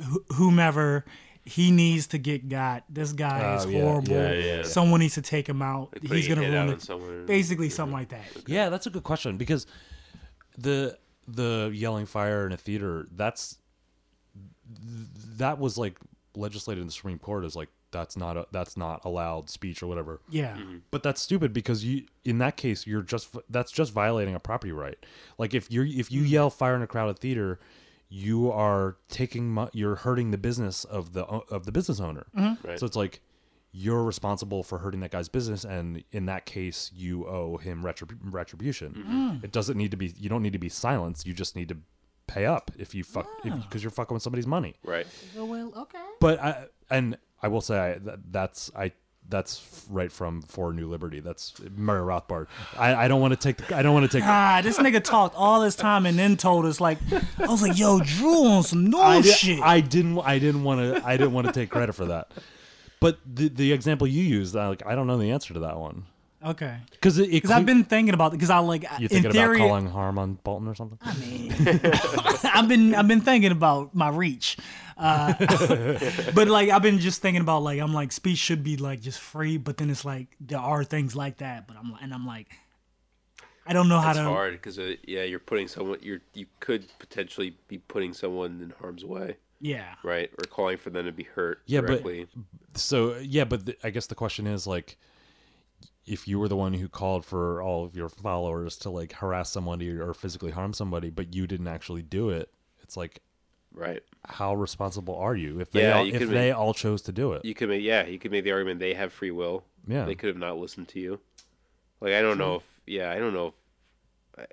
wh- whomever. He needs to get got. This guy is Oh, yeah, horrible. yeah, yeah. Someone needs to take him out. put He's a gonna hit ruin out on it. someone. Basically, something like that. yeah, that's a good question because the the yelling fire in a theater that's th- that was like legislated in the Supreme Court as like that's not a, that's not allowed speech or whatever. Yeah, But that's stupid because you in that case you're just that's just violating a property right. Like if you are if you yell fire in a crowded theater, you are taking mo- you're hurting the business of the o- of the business owner. Right. So it's like you're responsible for hurting that guy's business and in that case you owe him retrib- retribution. It doesn't need to be you don't need to be silenced, you just need to pay up if you fuck because you're fucking with somebody's money Right. but I and I will say I, that, that's I that's right from For New Liberty. That's Murray Rothbard. I, I don't want to take the, I don't want to take. Ah, this nigga talked all this time and then told us like, I was like, yo, Drew on some new I, did, shit. I didn't I didn't want to I didn't want to take credit for that. But the the example you used, I, like I don't know the answer to that one okay, because it, it because I've been thinking about because I like you in thinking theory about calling harm on Bolton or something. I've been I've been thinking about my reach, uh, but like I've been just thinking about like I'm like speech should be like just free, but then it's like there are things like that, but I'm and I'm like, I don't know how It's to. hard because uh, yeah, you're putting someone. You're you could potentially be putting someone in harm's way, Yeah, right? Or calling for them to be hurt Yeah, but- directly. So yeah, but the, I guess the question is like, if you were the one who called for all of your followers to like harass somebody or physically harm somebody, but you didn't actually do it, it's like right. how responsible are you if they Yeah, all, you if could they all chose to do it? You could make yeah. You could make the argument they have free will. Yeah. They could have not listened to you. Like I don't know if yeah I don't know if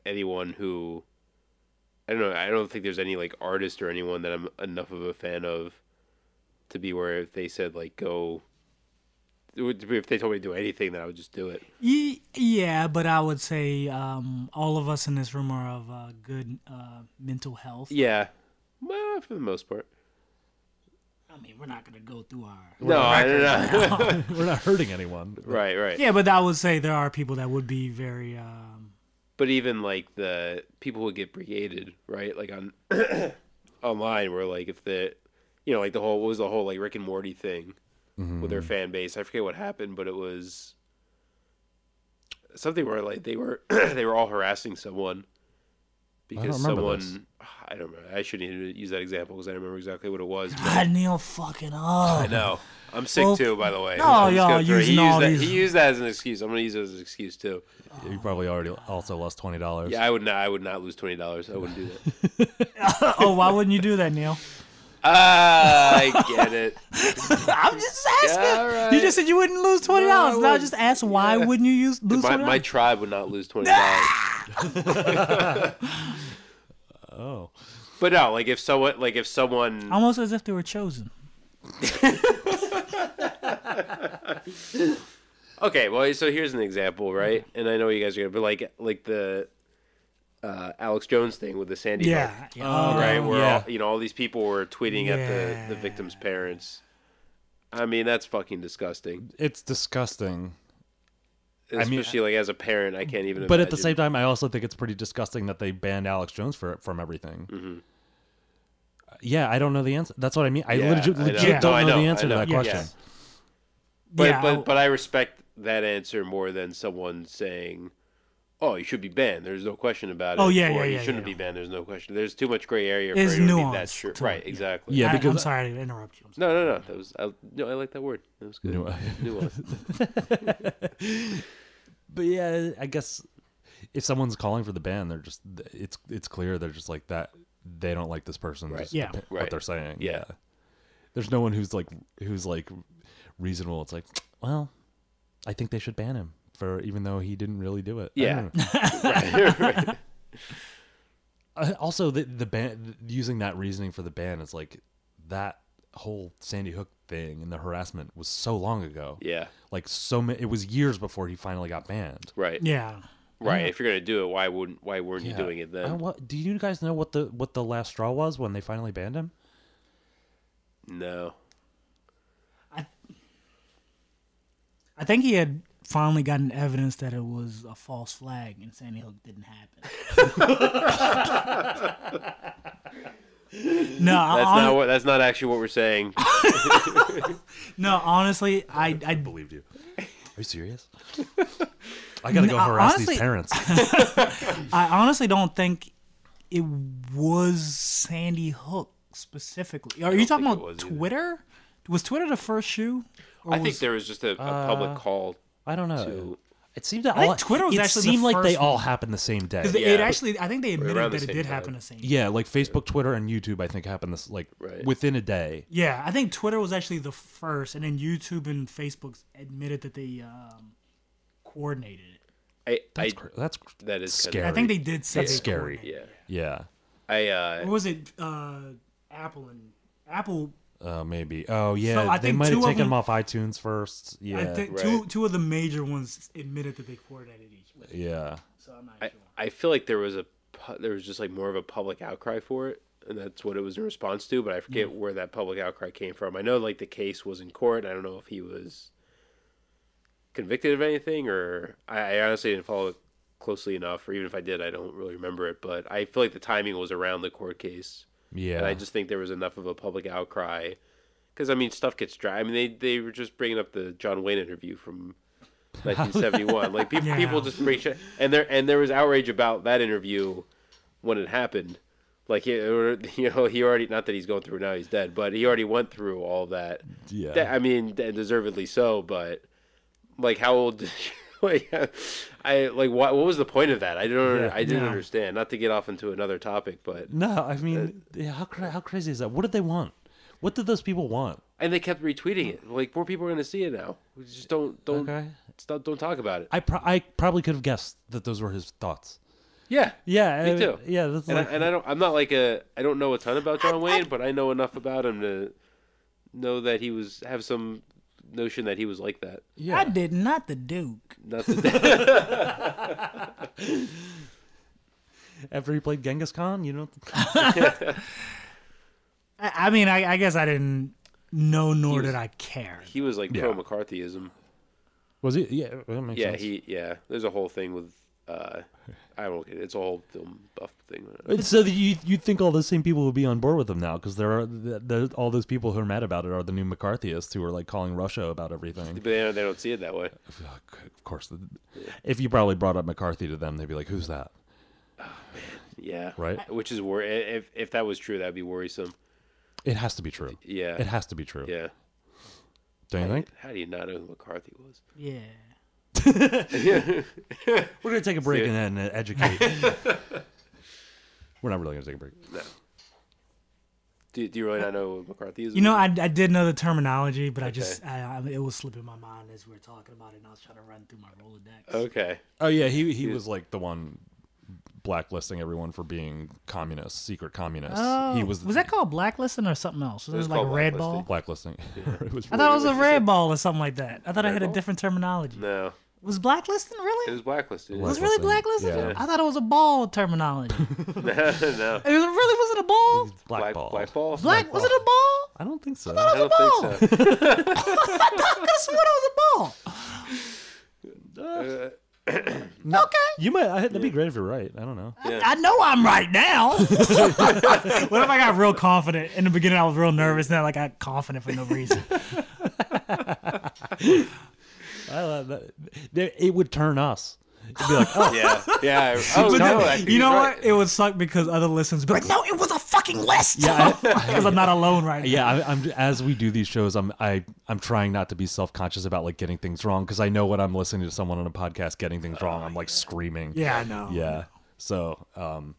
anyone who I don't know I don't think there's any like artist or anyone that I'm enough of a fan of to be where if they said like go it would be if they told me to do anything then I would just do it. Ye- yeah, but I would say um, all of us in this room are of uh, good uh, mental health. Yeah. Well, for the most part. I mean, we're not gonna go through our. No, I don't know. We're not hurting anyone. right, right. Yeah, but I would say there are people that would be very. Um, But even like the people who get brigaded, right? Like on online, where like if the, you know, like the whole what was the whole like Rick and Morty thing with Mm-hmm. their fan base. I forget what happened, but it was something where like they were they were all harassing someone because remember someone this. I don't remember. I shouldn't even use that example because I don't remember exactly what it was. but- God, "Ah, Neil, fucking up. I know. I'm sick Well, too, by the way. no, I'm just y'all gonna throw- using he used all that, these- He used that as an excuse. I'm gonna use it as an excuse too. You probably already also lost twenty dollars. Yeah, I would not. I would not lose twenty dollars. I wouldn't do that. oh, why wouldn't you do that, Neil? Ah, I get it. I'm just asking. Yeah, all right. You just said you wouldn't lose twenty dollars. No, I now I wouldn't. just ask why wouldn't you use lose My, twenty my dollars? tribe would not lose twenty dollars. Oh, But no, like if someone, like if someone, Almost as if they were chosen. okay, well, so here's an example, right? And I know you guys are gonna, but like, like the uh, Alex Jones thing with the Sandy Hook. Oh, right? Where yeah. all, you know all these people were tweeting at the the Yeah. victim's parents. I mean, that's fucking disgusting. it's disgusting. mean- Especially like as a parent, I can't even. But at the imagine. same time, I also think it's pretty disgusting that they banned Alex Jones for from everything. Mm-hmm. Yeah, I don't know the answer. That's what I mean. I Yeah, legit, I know. legit Yeah. don't No, I know, know, the answer I to know. that Yeah. question. But yeah, but but I respect that answer more than someone saying, "Oh, you should be banned. There's no question about it." Oh, yeah, or yeah, you yeah, shouldn't yeah. be banned. There's no question. There's too much gray area for It's anyone to be that nuance sure. to it, right, yeah. exactly. Yeah, I, because am sorry to interrupt you. I'm sorry. No, no, no. That was I, no. I like that word. That was good. Nuance. Nuance. But yeah, I guess if someone's calling for the ban, they're just it's it's clear they're just like that. They don't like this person. Right. Yeah. What Right. they're saying. Yeah. There's no one who's like who's like reasonable. It's like, well, I think they should ban him for even though he didn't really do it. I Yeah. don't know. right, right. Uh, also, the the ban using that reasoning for the ban is like that whole Sandy Hook thing and the harassment was so long ago. Yeah. Like so many, it was years before he finally got banned. Right. Yeah. Right. If you're gonna do it, why wouldn't? Why weren't you Yeah. doing it I then? don't- what, do you guys know what the what the last straw was when they finally banned him? No. I think he had finally gotten evidence that it was a false flag and Sandy Hook didn't happen. no, Uh, I, That's hon- not what. That's not actually what we're saying. no, honestly, I, I believed you. Are you serious? I gotta go No, harass honestly- these parents. I honestly don't think it was Sandy Hook specifically. Are you talking think it about was either. Twitter? Was Twitter the first shoe? Or I was, uh, think there was just a, a public call. I don't know. To- it seemed that I think all, Twitter was it actually the seemed like they first all happened the same day. 'cause Uh, Yeah. it actually. I think they admitted around that the it same did time. happen the same. yeah, like Facebook, Twitter, and YouTube. I think happened this like Right. within a day. Yeah, I think Twitter was actually the first, and then YouTube and Facebook admitted that they um, coordinated it. I, I That's cr- that's cr- that is scary. kinda- I think they did say That's they scary. coordinated it. yeah. yeah. I uh, Or was it uh, Apple and Apple? Uh, maybe. Oh yeah, I they think might two have of taken them- them off iTunes first. Yeah, I think right. two two of the major ones admitted that they coordinated each other. yeah. So I'm not I, sure. I feel like there was a pu- there was just like more of a public outcry for it, and that's what it was in response to. But I forget where that public outcry came from. I know like the case was in court. and I don't know if he was convicted of anything, or I, I honestly didn't follow it closely enough, or even if I did, I don't really remember it. But I feel like the timing was around the court case, Yeah, and I just think there was enough of a public outcry. Because I mean, stuff gets dry. I mean, they they were just bringing up the John Wayne interview from 1971. like people, Yeah. people just bring shit, and there and there was outrage about that interview when it happened. Like he, or, you know, he already not that he's going through it now, he's dead, but he already went through all that. Yeah. That- I mean, and deservedly so. But like, how old? like, I like what? What was the point of that? I don't. I didn't Yeah. understand. Not to get off into another topic, but no, I mean, yeah, how cra- how crazy is that? What did they want? What did those people want? and they kept retweeting it. Like more people are gonna see it now. We just don't don't Okay. stop, don't talk about it. I pro- I probably could have guessed that those were his thoughts. Yeah, Yeah, me I- too. Yeah, that's and, like, I, and I don't. I'm not like a. I don't know a ton about John Wayne, but I know enough about him to know that he was have some notion that he was like that. yeah. I did not the Duke. Not that, After he played Genghis Khan, you know, I, I mean, I, I guess I didn't know, nor was- did I care. he was like pro McCarthyism. was he? Yeah, that makes Yeah, sense. he. Yeah, there's a whole thing with. uh I don't get it. It's a whole film buff thing. And So that you you'd think all those same people would be on board with them now because there are the, the, all those people who are mad about it are the new McCarthyists who are like calling Russia about everything. But they don't, they don't see it that way. Ugh, of course, if you probably brought up McCarthy to them, they'd be like, "Who's that?" Yeah. Right. Which is wor. If if that was true, that'd be worrisome. It has to be true. Yeah. It has to be true. Yeah. Don't you think? How do you not know who McCarthy was? Yeah. We're gonna take a break and then uh, educate. We're not really gonna take a break. Do, do you really not know what McCarthy is? You know, I, I did know the terminology, but I just I, I, it was slipping my mind as we were talking about it, and I was trying to run through my Rolodex. okay. Oh yeah, he he was like the one blacklisting everyone for being communist, secret communist. Oh, he was was that called blacklisting or something else? Was it, was like called red blacklisting. ball? blacklisting. it was I thought it was What a is red ball or something like that. I thought I Red had a ball? different terminology. No, Was blacklisting it really? was blacklisted. Black- Was it really Blacklisting. blacklisting? Yeah. I thought it was a ball terminology. it no, was, really wasn't a ball. black, ball. Black ball. Black was it a ball? I don't think so. I don't think so. I could have sworn it was a ball. No, okay. You might. I, that'd be great if you're right. I don't know. I know I'm right now. what if I got real confident? In the beginning, I was real nervous. Now I got confident for no reason. I, uh, that- there- it would turn us. It'd be like, oh, Uh, yeah, yeah. Oh no, I think you he's know right. what? It would suck because other listeners would be like, no, it was a fucking list. Yeah, Because I'm not alone right now. yeah. I, I'm as we do these shows, I'm I I'm trying not to be self conscious about like getting things wrong because I know when I'm listening to someone on a podcast getting things wrong, I'm like screaming. Yeah, I know. Yeah. So, um,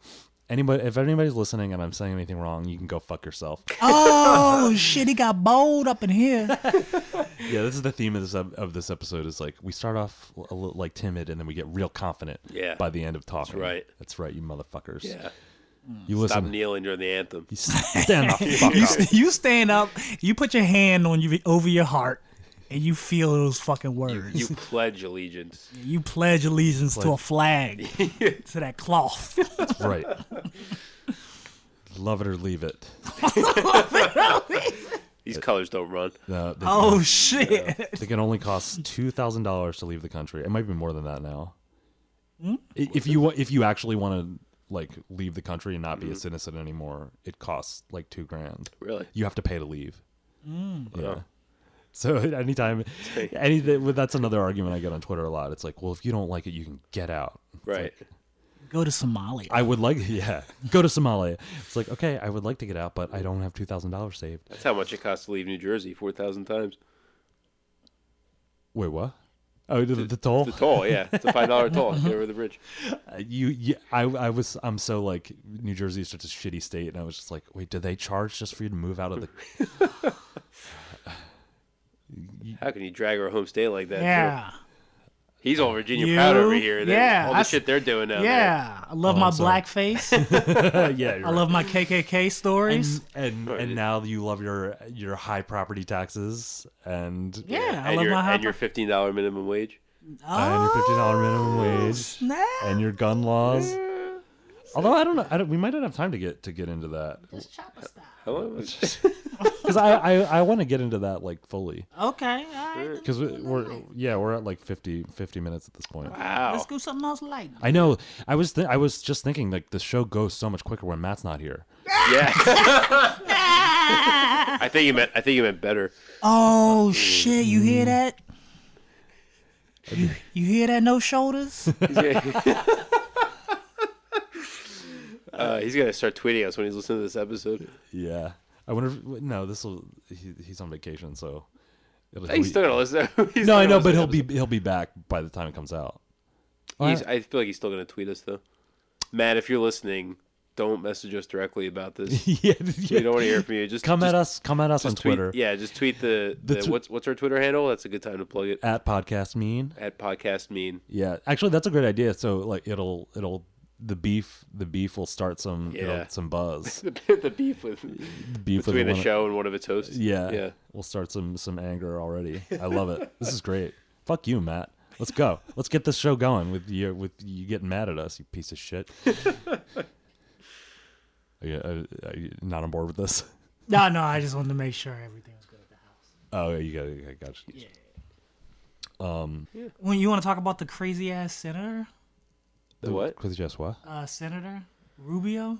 anybody, if anybody's listening and I'm saying anything wrong, you can go fuck yourself. Oh, shit, he got bold up in here. yeah, this is the theme of this ep- of this episode. Is like we start off a little like timid, and then we get real confident. Yeah. By the end of talking, right. That's right, you motherfuckers. Yeah. You Stop listen. kneeling during the anthem. you stand the fuck you, up. you stand up, you put your hand on you over your heart, and you feel those fucking words. You You, pledge allegiance. pledge allegiance to a flag, to that cloth. Right. Love it or leave it. These colors don't run. The- they, Oh shit! they can only cost two thousand dollars to leave the country. It might be more than that now. I- If you wa- if you actually want to like leave the country and not be a citizen anymore, it costs like two grand. Really? You have to pay to leave. Yeah. So anytime, any well, that's another argument I get on Twitter a lot. It's like, well, if you don't like it, you can get out. Right. Go to Somalia. I would like, yeah, go to Somalia. It's like, okay, I would like to get out, but I don't have two thousand dollars saved. That's how much it costs to leave New Jersey four thousand times. Wait, what? Oh, the, the, toll. The toll, yeah, it's a five dollar toll Uh-huh. get over the bridge. you, you I, I was i'm so like new jersey is such a shitty state and i was just like wait do they charge just for you to move out of the How can you drag her home state like that? too? yeah, he's all Virginia You- proud over here. They- yeah, all the I s- shit they're doing down there. yeah. I love Oh, my I'm sorry. blackface. yeah I love my KKK stories. and and now you love your your high property taxes and Yeah, I and love your my and your hot. fifteen dollar minimum wage. and your fifty dollar minimum wage Snap. and your gun laws. Although I don't know, I don't, we might not have time to get to get into that How long was- because I I, I want to get into that like fully Okay, all right. because we're yeah we're at like 50, 50 minutes at this point. Wow. Let's do something else light. I know. I was th- I was just thinking like the show goes so much quicker when Matt's not here. Yeah. I think you meant. I think you meant better. Oh shit! You hear that? You, you hear that? No shoulders. Uh, he's gonna start tweeting us when he's listening to this episode. Yeah. I wonder. If, no, this will. He, he's on vacation, so. It'll, He's still gonna listen. he's no, still I gonna know, but listen he'll to be he'll be back by the time it comes out. He's, I feel like he's still going to tweet us though. Matt, if you're listening, don't message us directly about this. yeah, We don't want to hear from you. Just Come just at us. Come at us on just tweet- Twitter Yeah, just tweet the, the, tw- what's what's our Twitter handle? That's a good time to plug it at podcast mean. at podcast mean. Yeah, actually, that's a great idea. So like, it'll it'll the beef the beef will start some it'll- Yeah. some buzz The, the beef with beef between the one- show and one of its hosts. Yeah, yeah. We'll start some some anger already. I love it. this is great. Fuck you, Matt. Let's go. Let's get this show going with you with you getting mad at us, you piece of shit. Yeah, uh, are you not on board with this? no, no. I just wanted to make sure everything was good. Oh, you got, you got, you. When you want to talk about the crazy ass senator, The what? Oh. Quiz yes, what? uh, Senator Rubio,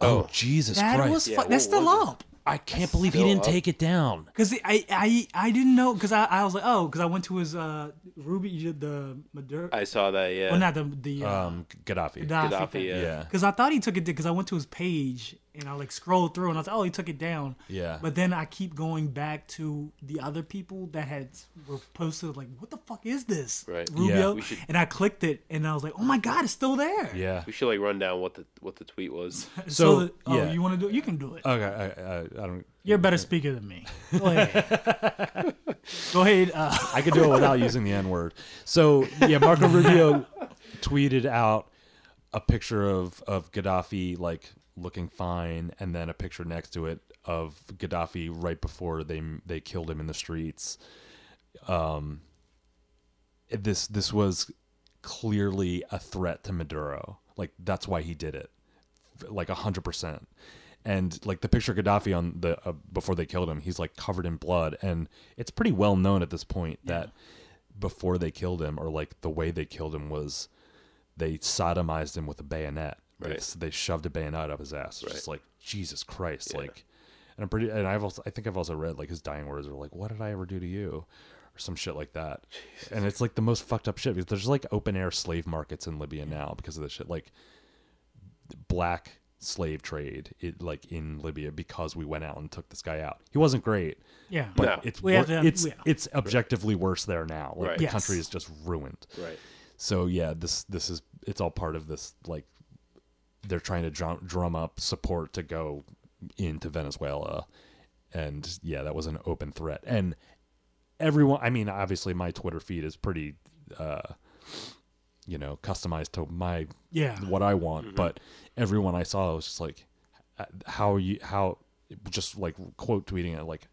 Oh, Jesus that Christ! was fu- what that's still was up. I can't believe he still didn't up. take it down. Cause I I I didn't know because I, I was like oh because I went to his uh Rubio the Maduro I saw that. Yeah, well not the the uh, Um, Gaddafi. Gaddafi Gaddafi, thing. yeah. Yeah, Because I thought he took it because I went to his page and I like scrolled through and I was like, oh, he took it down. Yeah. But then I keep going back to the other people that had were posted like, what the fuck is this? Right. Yeah. Rubio. We should- And I clicked it and I was like, oh my god, it's still there. yeah. we should like run down what the what the tweet was. So, that- oh, yeah. Uh, you want to do it? You can do it. Okay, I, I, I don't. You're a better speaker than me. Go ahead. Go ahead. Uh, I could do it without using the N word. So yeah, Marco Rubio tweeted out a picture of of Gaddafi like looking fine, and then a picture next to it of Gaddafi right before they they killed him in the streets. Um, this this was clearly a threat to Maduro. Like that's why he did it, like a hundred percent. And like the picture of Gaddafi on the uh, before they killed him, he's like covered in blood, and it's pretty well known at this point that before they killed him, or like the way they killed him was they sodomized him with a bayonet. They, Right. they shoved a bayonet up his ass. It's Just like Jesus Christ, like. And I'm pretty, and I've also, I think I've also read like his dying words are like, "What did I ever do to you?" or some shit like that. And it's like the most fucked up shit because there's like open air slave markets in Libya now because of this shit. Like black slave trade, it like in Libya because we went out and took this guy out. He wasn't great, yeah. but No. it's We wor- have to- it's yeah. it's objectively worse there now. Like Right. the Yes. country is just ruined. right. So yeah, this this is it's all part of this like they're trying to drum, drum up support to go into Venezuela, and yeah, that was an open threat. And everyone, I mean, obviously my Twitter feed is pretty, uh, you know, customized to my yeah. what I want, but everyone I saw was just like, uh, how are you how just like quote tweeting it like,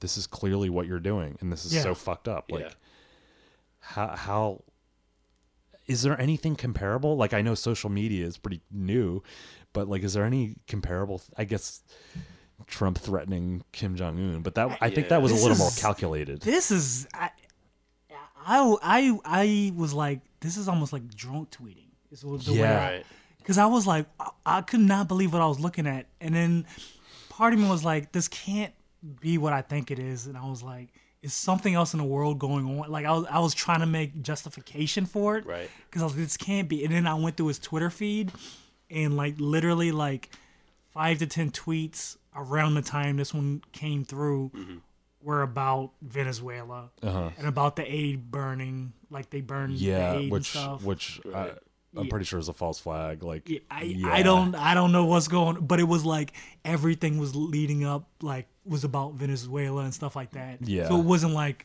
this is clearly what you're doing, and this is so Yeah. fucked up. Like, Yeah. how how is there anything comparable? Like, I know social media is pretty new, but like, is there any comparable? I guess Trump threatening Kim Jong Un, but that I think that was a This little more is- calculated. This is I, I I I was like this is almost like drunk tweeting. Is what the way Yeah. I, Right. Because I was like, I, I could not believe what I was looking at. And then part of me was like, this can't be what I think it is. And I was like, is something else in the world going on? Like, I was, I was trying to make justification for it. Right. Because I was like, this can't be. And then I went through his Twitter feed and, like, literally, like, five to 10 tweets around the time this one came through were about Venezuela and about the aid burning. Like, they burned Uh-huh. yeah, the aid and which stuff. which I, I'm pretty sure is a false flag. Like Yeah, I, yeah. I don't I don't know what's going but it was like everything was leading up like was about Venezuela and stuff like that. Yeah. So it wasn't like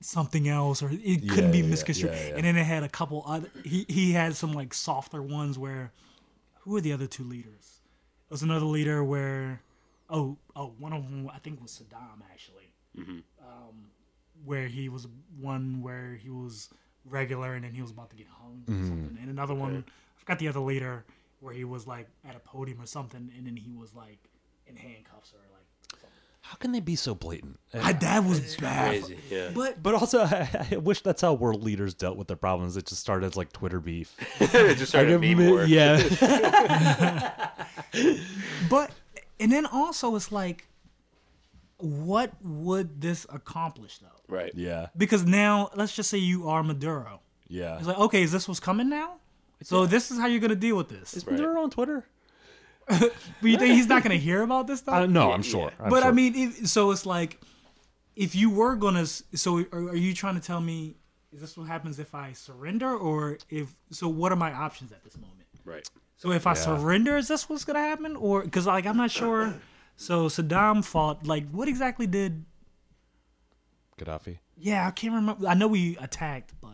something else or it couldn't be yeah, yeah, misconstrued. yeah, yeah. And then it had a couple other he, he had some like softer ones where who were the other two leaders? There was another leader where oh oh one of them I think was Saddam actually. Um, where he was one where he was regular and then he was about to get hung or Mm-hmm. something. And another one I forgot the other leader where he was like at a podium or something and then he was like in handcuffs or like How can they be so blatant? I, that was bad. Crazy. Yeah. But But also, I, I wish that's how world leaders dealt with their problems. It just started as like Twitter beef. it just started to be more. yeah. But and then also it's like, what would this accomplish though? Right. Yeah. Because now let's just say you are Maduro. Yeah. It's like okay, is this what's coming now? So this is how you're gonna deal with this. Isn't there on Twitter? But you think he's not gonna hear about this stuff? Uh, no, I'm sure. I'm but I sure. mean, if, so it's like, if you were gonna, s- so are, are you trying to tell me is this what happens if I surrender or if? So what are my options at this moment? Right. So if I surrender, is this what's gonna happen? Or because like I'm not sure. So Saddam fought. Like what exactly did? Gaddafi. Yeah, I can't remember. I know we attacked, but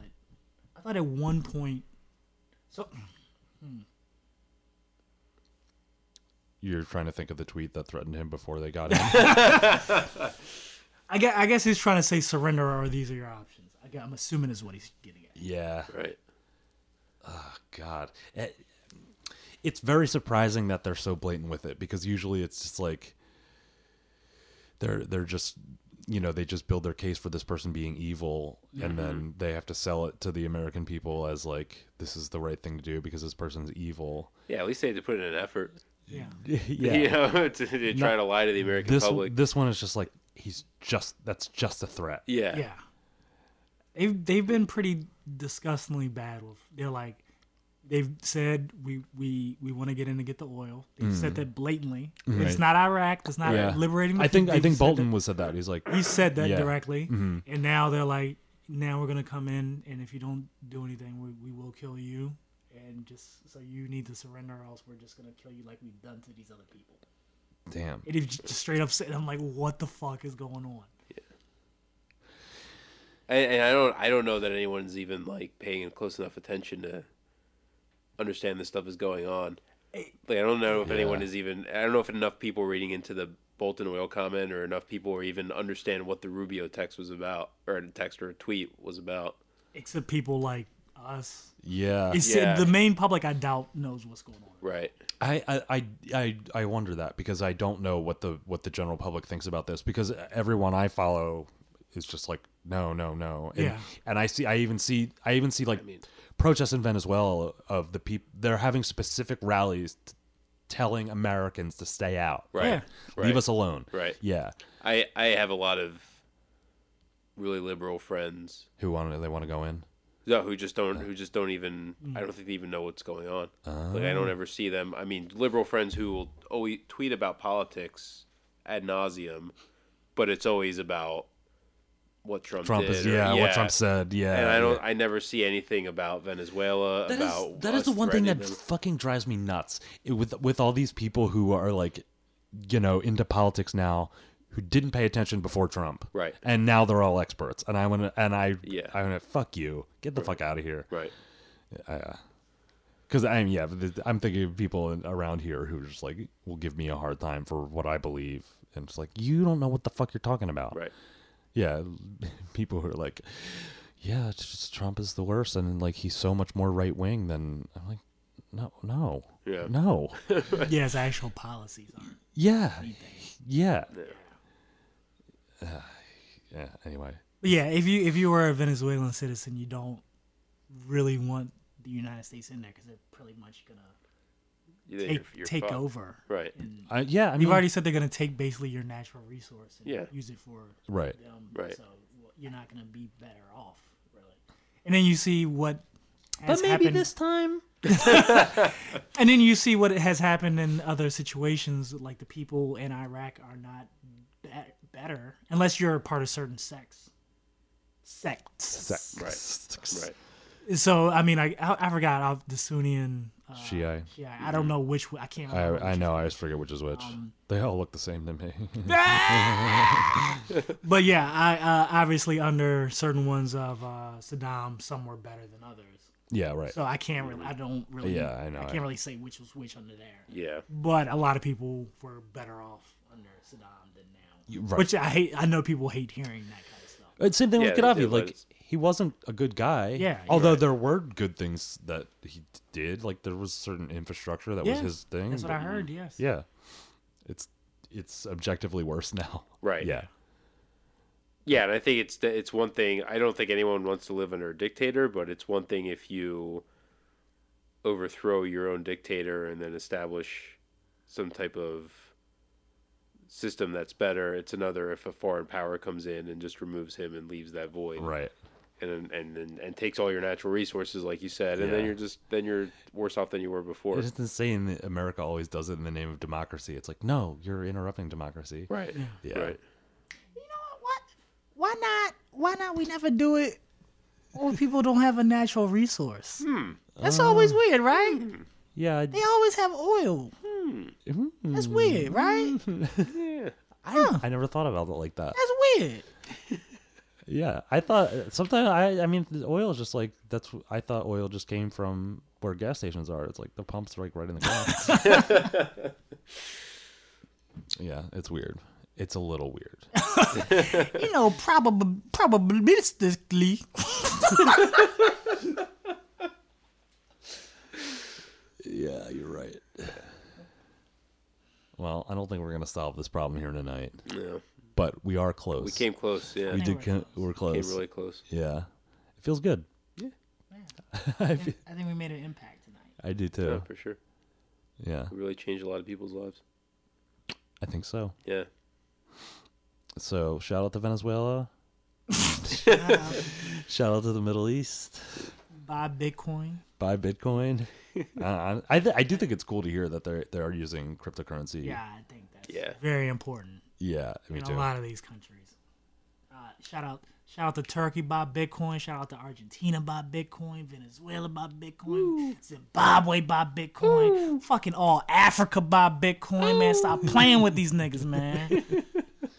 I thought at one point. So You're trying to think of the tweet that threatened him before they got him. I guess, I guess he's trying to say surrender or these are your options. I guess, I'm assuming is what he's getting at. yeah. Right. God. Eh, It's very surprising that they're so blatant with it because usually it's just like they're they're just you know they just build their case for this person being evil and then they have to sell it to the American people as like this is the right thing to do because this person's evil. Yeah. At least they had to put in an effort. Yeah. You know, to, to try to lie to the American This public. this one is just like he's just that's just a threat. yeah. Yeah. They've they've been pretty disgustingly bad with they're like they've said we we we want to get in and get the oil. They've said that blatantly. It's Mm. Right. not Iraq, it's not Yeah. liberating the I think people. I They've think said Bolton was said that. He's like that- he said that Yeah. directly. And now they're like now we're going to come in and if you don't do anything we, we will kill you and just so you need to surrender or else we're just going to kill you like we've done to these other people. damn. And if just straight up said I'm like what the fuck is going on? And, and I don't. I don't know that anyone's even like paying close enough attention to understand this stuff is going on. Like I don't know if anyone is even. I don't know if enough people are reading into the Bolton oil comment or enough people are even understand what the Rubio text was about or a text or a tweet was about. Except people like us Yeah. It's Yeah. the main public I doubt knows what's going on. Right. I, I, I, I, I wonder that because I don't know what the what the general public thinks about this because everyone I follow is just like no no no and, Yeah. and I see I even see I even see like protests in Venezuela of the people they're having specific rallies t- telling Americans to stay out Right. Yeah. Right. leave us alone Right. yeah I I have a lot of really liberal friends who want to they want to go in No, who just Uh, don't who just don't even I mm. don't think they even know what's going on. Like I Ah. don't ever see them. I mean, liberal friends who will always tweet about politics ad nauseum, but it's always about what Trump, Trump did. is or- yeah, what Trump said yeah And I yeah. don't. I never see anything about Venezuela. That is about that is us the one thing that threatening them. fucking drives me nuts It- with with all these people who are like, you know, into politics now, who didn't pay attention before Trump, Right. And now they're all experts, and I want to, and I, Yeah. I want to fuck you, get the fuck out of here, Right. because I'm yeah, th- I'm thinking of people in, around here who are just like will give me a hard time for what I believe, and it's like you don't know what the fuck you're talking about, Right. yeah, people who are like, yeah, it's just Trump is the worst, and like he's so much more right wing than I'm like, No, no, Yeah. no. yeah, it's actual policies on Yeah, yeah, Uh, Yeah. yeah. Anyway, But yeah, if you if you were a Venezuelan citizen, you don't really want the United States in there because they're pretty much gonna You think take, you're- you're take fucked. over. Right. And I, yeah. I mean, you've already said they're gonna take basically your natural resource and Yeah. use it for right. them. Right. So well, you're not gonna be better off, really. And then you see what has But maybe happened, this time. and then you see what has happened in other situations. Like the people in Iraq are not be- better unless you're a part of certain sects. Sects. Sex. Right. So I mean, I I, I forgot uh, the Sunni and uh, Shiite. Yeah, I don't know which. I can't. Mm. I Remember I know. I just forget which is which. Um, they all look the same to me. But yeah, I uh, obviously under certain ones of uh, Saddam, some were better than others. yeah, right. So I can't really. I don't really. Yeah, I know. I can't really say which was which under there. Yeah. But a lot of people were better off under Saddam than now. right. Which I hate. I know people hate hearing that kind of stuff. Uh, same thing with Yeah, they Gaddafi. did, but Like it's- he wasn't a good guy. Yeah, you're Although there were good things that he d- did. Like there was certain infrastructure that Yeah, was his thing. That's what but- I heard. Yes. Yeah. It's it's objectively worse now. Right. Yeah. Yeah, and I think it's it's one thing. I don't think anyone wants to live under a dictator, but it's one thing if you overthrow your own dictator and then establish some type of system that's better. It's another if a foreign power comes in and just removes him and leaves that void, Right. and and and, and takes all your natural resources, like you said, and then Yeah. you're just then you're worse off than you were before. It's just insane that America always does it in the name of democracy. It's like, no, you're interrupting democracy. Right. Yeah. Right. what? Why not? Why not? We never do it when people don't have a natural resource. That's always weird, right? Hmm. Uh. Yeah. I, Hmm. They always have oil. That's weird, right? I, I never thought about it like that. That's weird. Yeah. I thought sometimes I I mean the oil is just like that's I thought oil just came from where gas stations are. It's like the pumps are like right in the ground. yeah, it's weird. It's a little weird. You know, probab probabilistically. Yeah, you're right. Well, I don't think we're gonna solve this problem here tonight, Yeah. but we are close. We came close. Yeah. We We did. They were co- we're came close. really close. Yeah, it feels good. I think I think we made an impact tonight. I do Yeah, too. for sure. Yeah, We really changed a lot of people's lives. I think so. Yeah. So shout out to Venezuela. shout out to the Middle East. Buy Bitcoin. Buy Bitcoin. uh, I th- I do think it's cool to hear that they are they are using cryptocurrency. Yeah, I think that's Yeah. very important Yeah, me in too. a lot of these countries. Uh, shout out. Shout out to Turkey buy Bitcoin. Shout out to Argentina buy Bitcoin. Venezuela buy Bitcoin. Zimbabwe buy Bitcoin. Fucking all Africa buy Bitcoin, man. Stop playing with these niggas, man.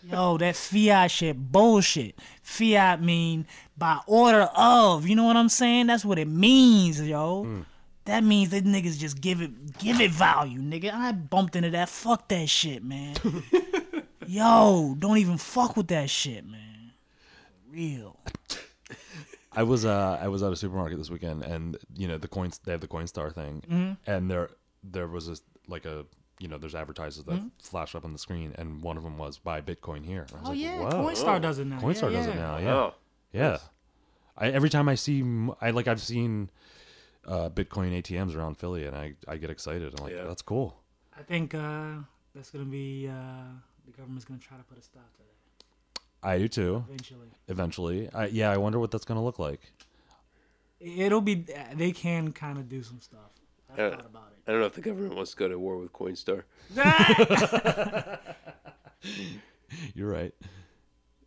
Yo, that fiat shit bullshit. Fiat mean by order of. You know what I'm saying? That's what it means, yo. Mm. That means that niggas just give it give it value, nigga. I bumped into that. Fuck that shit, man. yo, don't even fuck with that shit, man. Real. I was uh I was at a supermarket this weekend and you know the coins they have the Coinstar thing Mm-hmm. and there there was a like a you know there's advertisers that Mm-hmm. flash up on the screen and one of them was buy Bitcoin here. And I was Oh like, yeah, Whoa. Coinstar does it now. Coinstar yeah, does yeah. it now. Yeah, Oh. yeah. I, every time I see m- I like I've seen uh, Bitcoin ATMs around Philly and I I get excited. I'm like Yeah. that's cool. I think uh, that's gonna be uh, the government's gonna try to put a stop to that I do too. eventually. Eventually, I, yeah. I wonder what that's gonna look like. It'll be uh, they can kind of do some stuff. I Yeah. thought about I don't know if the government wants to go to war with Coinstar. it. You're right.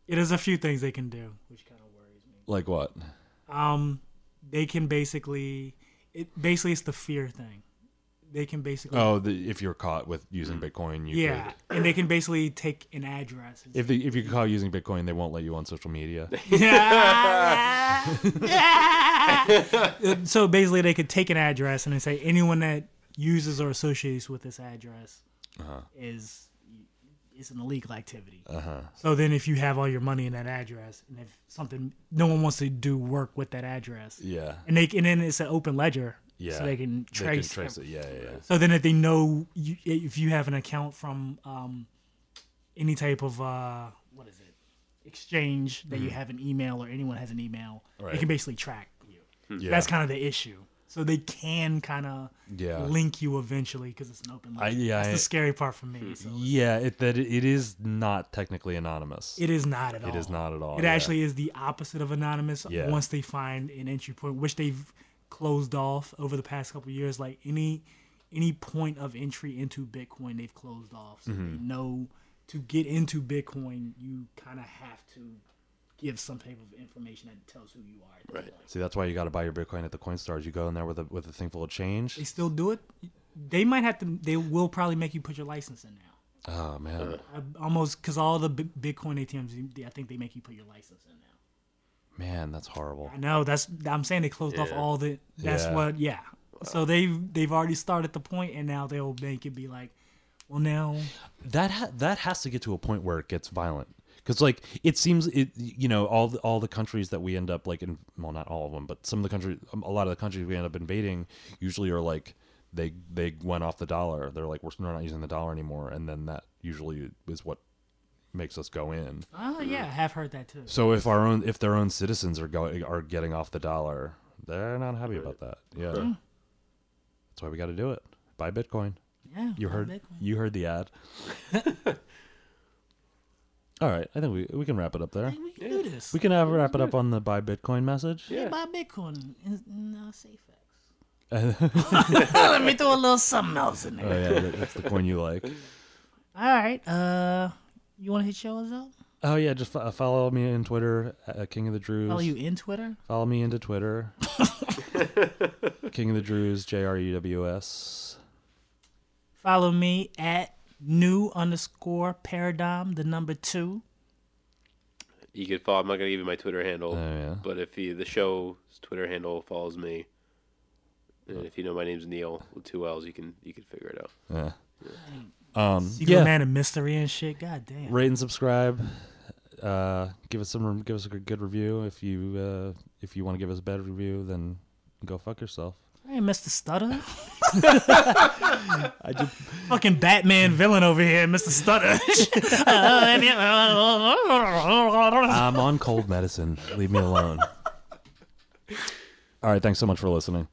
it is a few things they can do, which kind of worries me. Like what? Um, they can basically, it basically it's the fear thing. They can basically, Oh, the, if you're caught with using Bitcoin, you yeah, could- and they can basically take an address. And If they, if you call using Bitcoin, they won't let you on social media. so basically, they could take an address and then say anyone that uses or associates with this address Uh-huh. is is an illegal activity. So then, if you have all your money in that address, and if something no one wants to do work with that address, yeah. and they and then it's an open ledger, Yeah. so they can trace. They can trace it. Yeah, yeah, yeah. So then, if they know you, if you have an account from um, any type of uh, what is it exchange that you have an email or anyone has an email, Mm-hmm. Right. Hmm. they can basically track you. yeah. That's kind of the issue. So they can kind of Yeah. link you eventually because it's an open link. I- yeah, That's I- Hmm. the scary part for me. So yeah, it, that it, it is not technically anonymous. it is not at all. It is not at all. It yeah. actually is the opposite of anonymous. Yeah. Once they find an entry point, which they've closed off over the past couple of years, like any any point of entry into Bitcoin, they've closed off. So they Mm-hmm. know to get into Bitcoin, you kind of have to give some type of information that tells who you are. at this Right. point. See, that's why you got to buy your Bitcoin at the CoinStars. You go in there with a with a thing full of change. They still do it. They might have to. They will probably make you put your license in now. Oh man, I, almost because all the B- Bitcoin ATMs, they- I think they make you put your license in now. man, that's horrible. I know that's I'm saying they closed off Yeah. all the that's Yeah. what yeah. So they've they've already started the point and now they'll make it be like, well now That ha- that has to get to a point where it gets violent. Because like it seems it you know all the, all the countries that we end up like in well not all of them but some of the countries a lot of the countries we end up invading usually are like they they went off the dollar they're like we're not using the dollar anymore and then that usually is what makes us go in oh yeah, I have heard that too. So if our own if their own citizens are going are getting off the dollar, they're not happy about that. Yeah. That's why we got to do it. Buy Bitcoin. Yeah. You well, heard Bitcoin. you heard the ad. All right, I think we we can wrap it up there. Hey, we can do this. We We can have, wrap it up on the buy Bitcoin message. can buy Bitcoin and no safe oh Let me throw a little something else in there. yeah, that- that's the coin you like. All right. Uh you wanna hit yours up? Oh yeah, just fo- follow me on Twitter, uh, King of the Drews. Follow you in Twitter? Follow me into Twitter. King of the Drews, J R U W S. Follow me at new underscore paradigm, the number two. You could follow. I'm not gonna give you my Twitter handle, Oh yeah. but if you, the show's Twitter handle follows me, and if you know my name's Neil with two L's, you can you can figure it out. Yeah. Um, Secret yeah. man of mystery and shit. God damn. Rate and subscribe. Uh, give us some. Give us a good review. If you uh, if you want to give us a bad review, then go fuck yourself. Hey, Mr. Stutter. I just Fucking Batman villain over here, Mr. Stutter. I'm on cold medicine. Leave me alone. All right. Thanks so much for listening.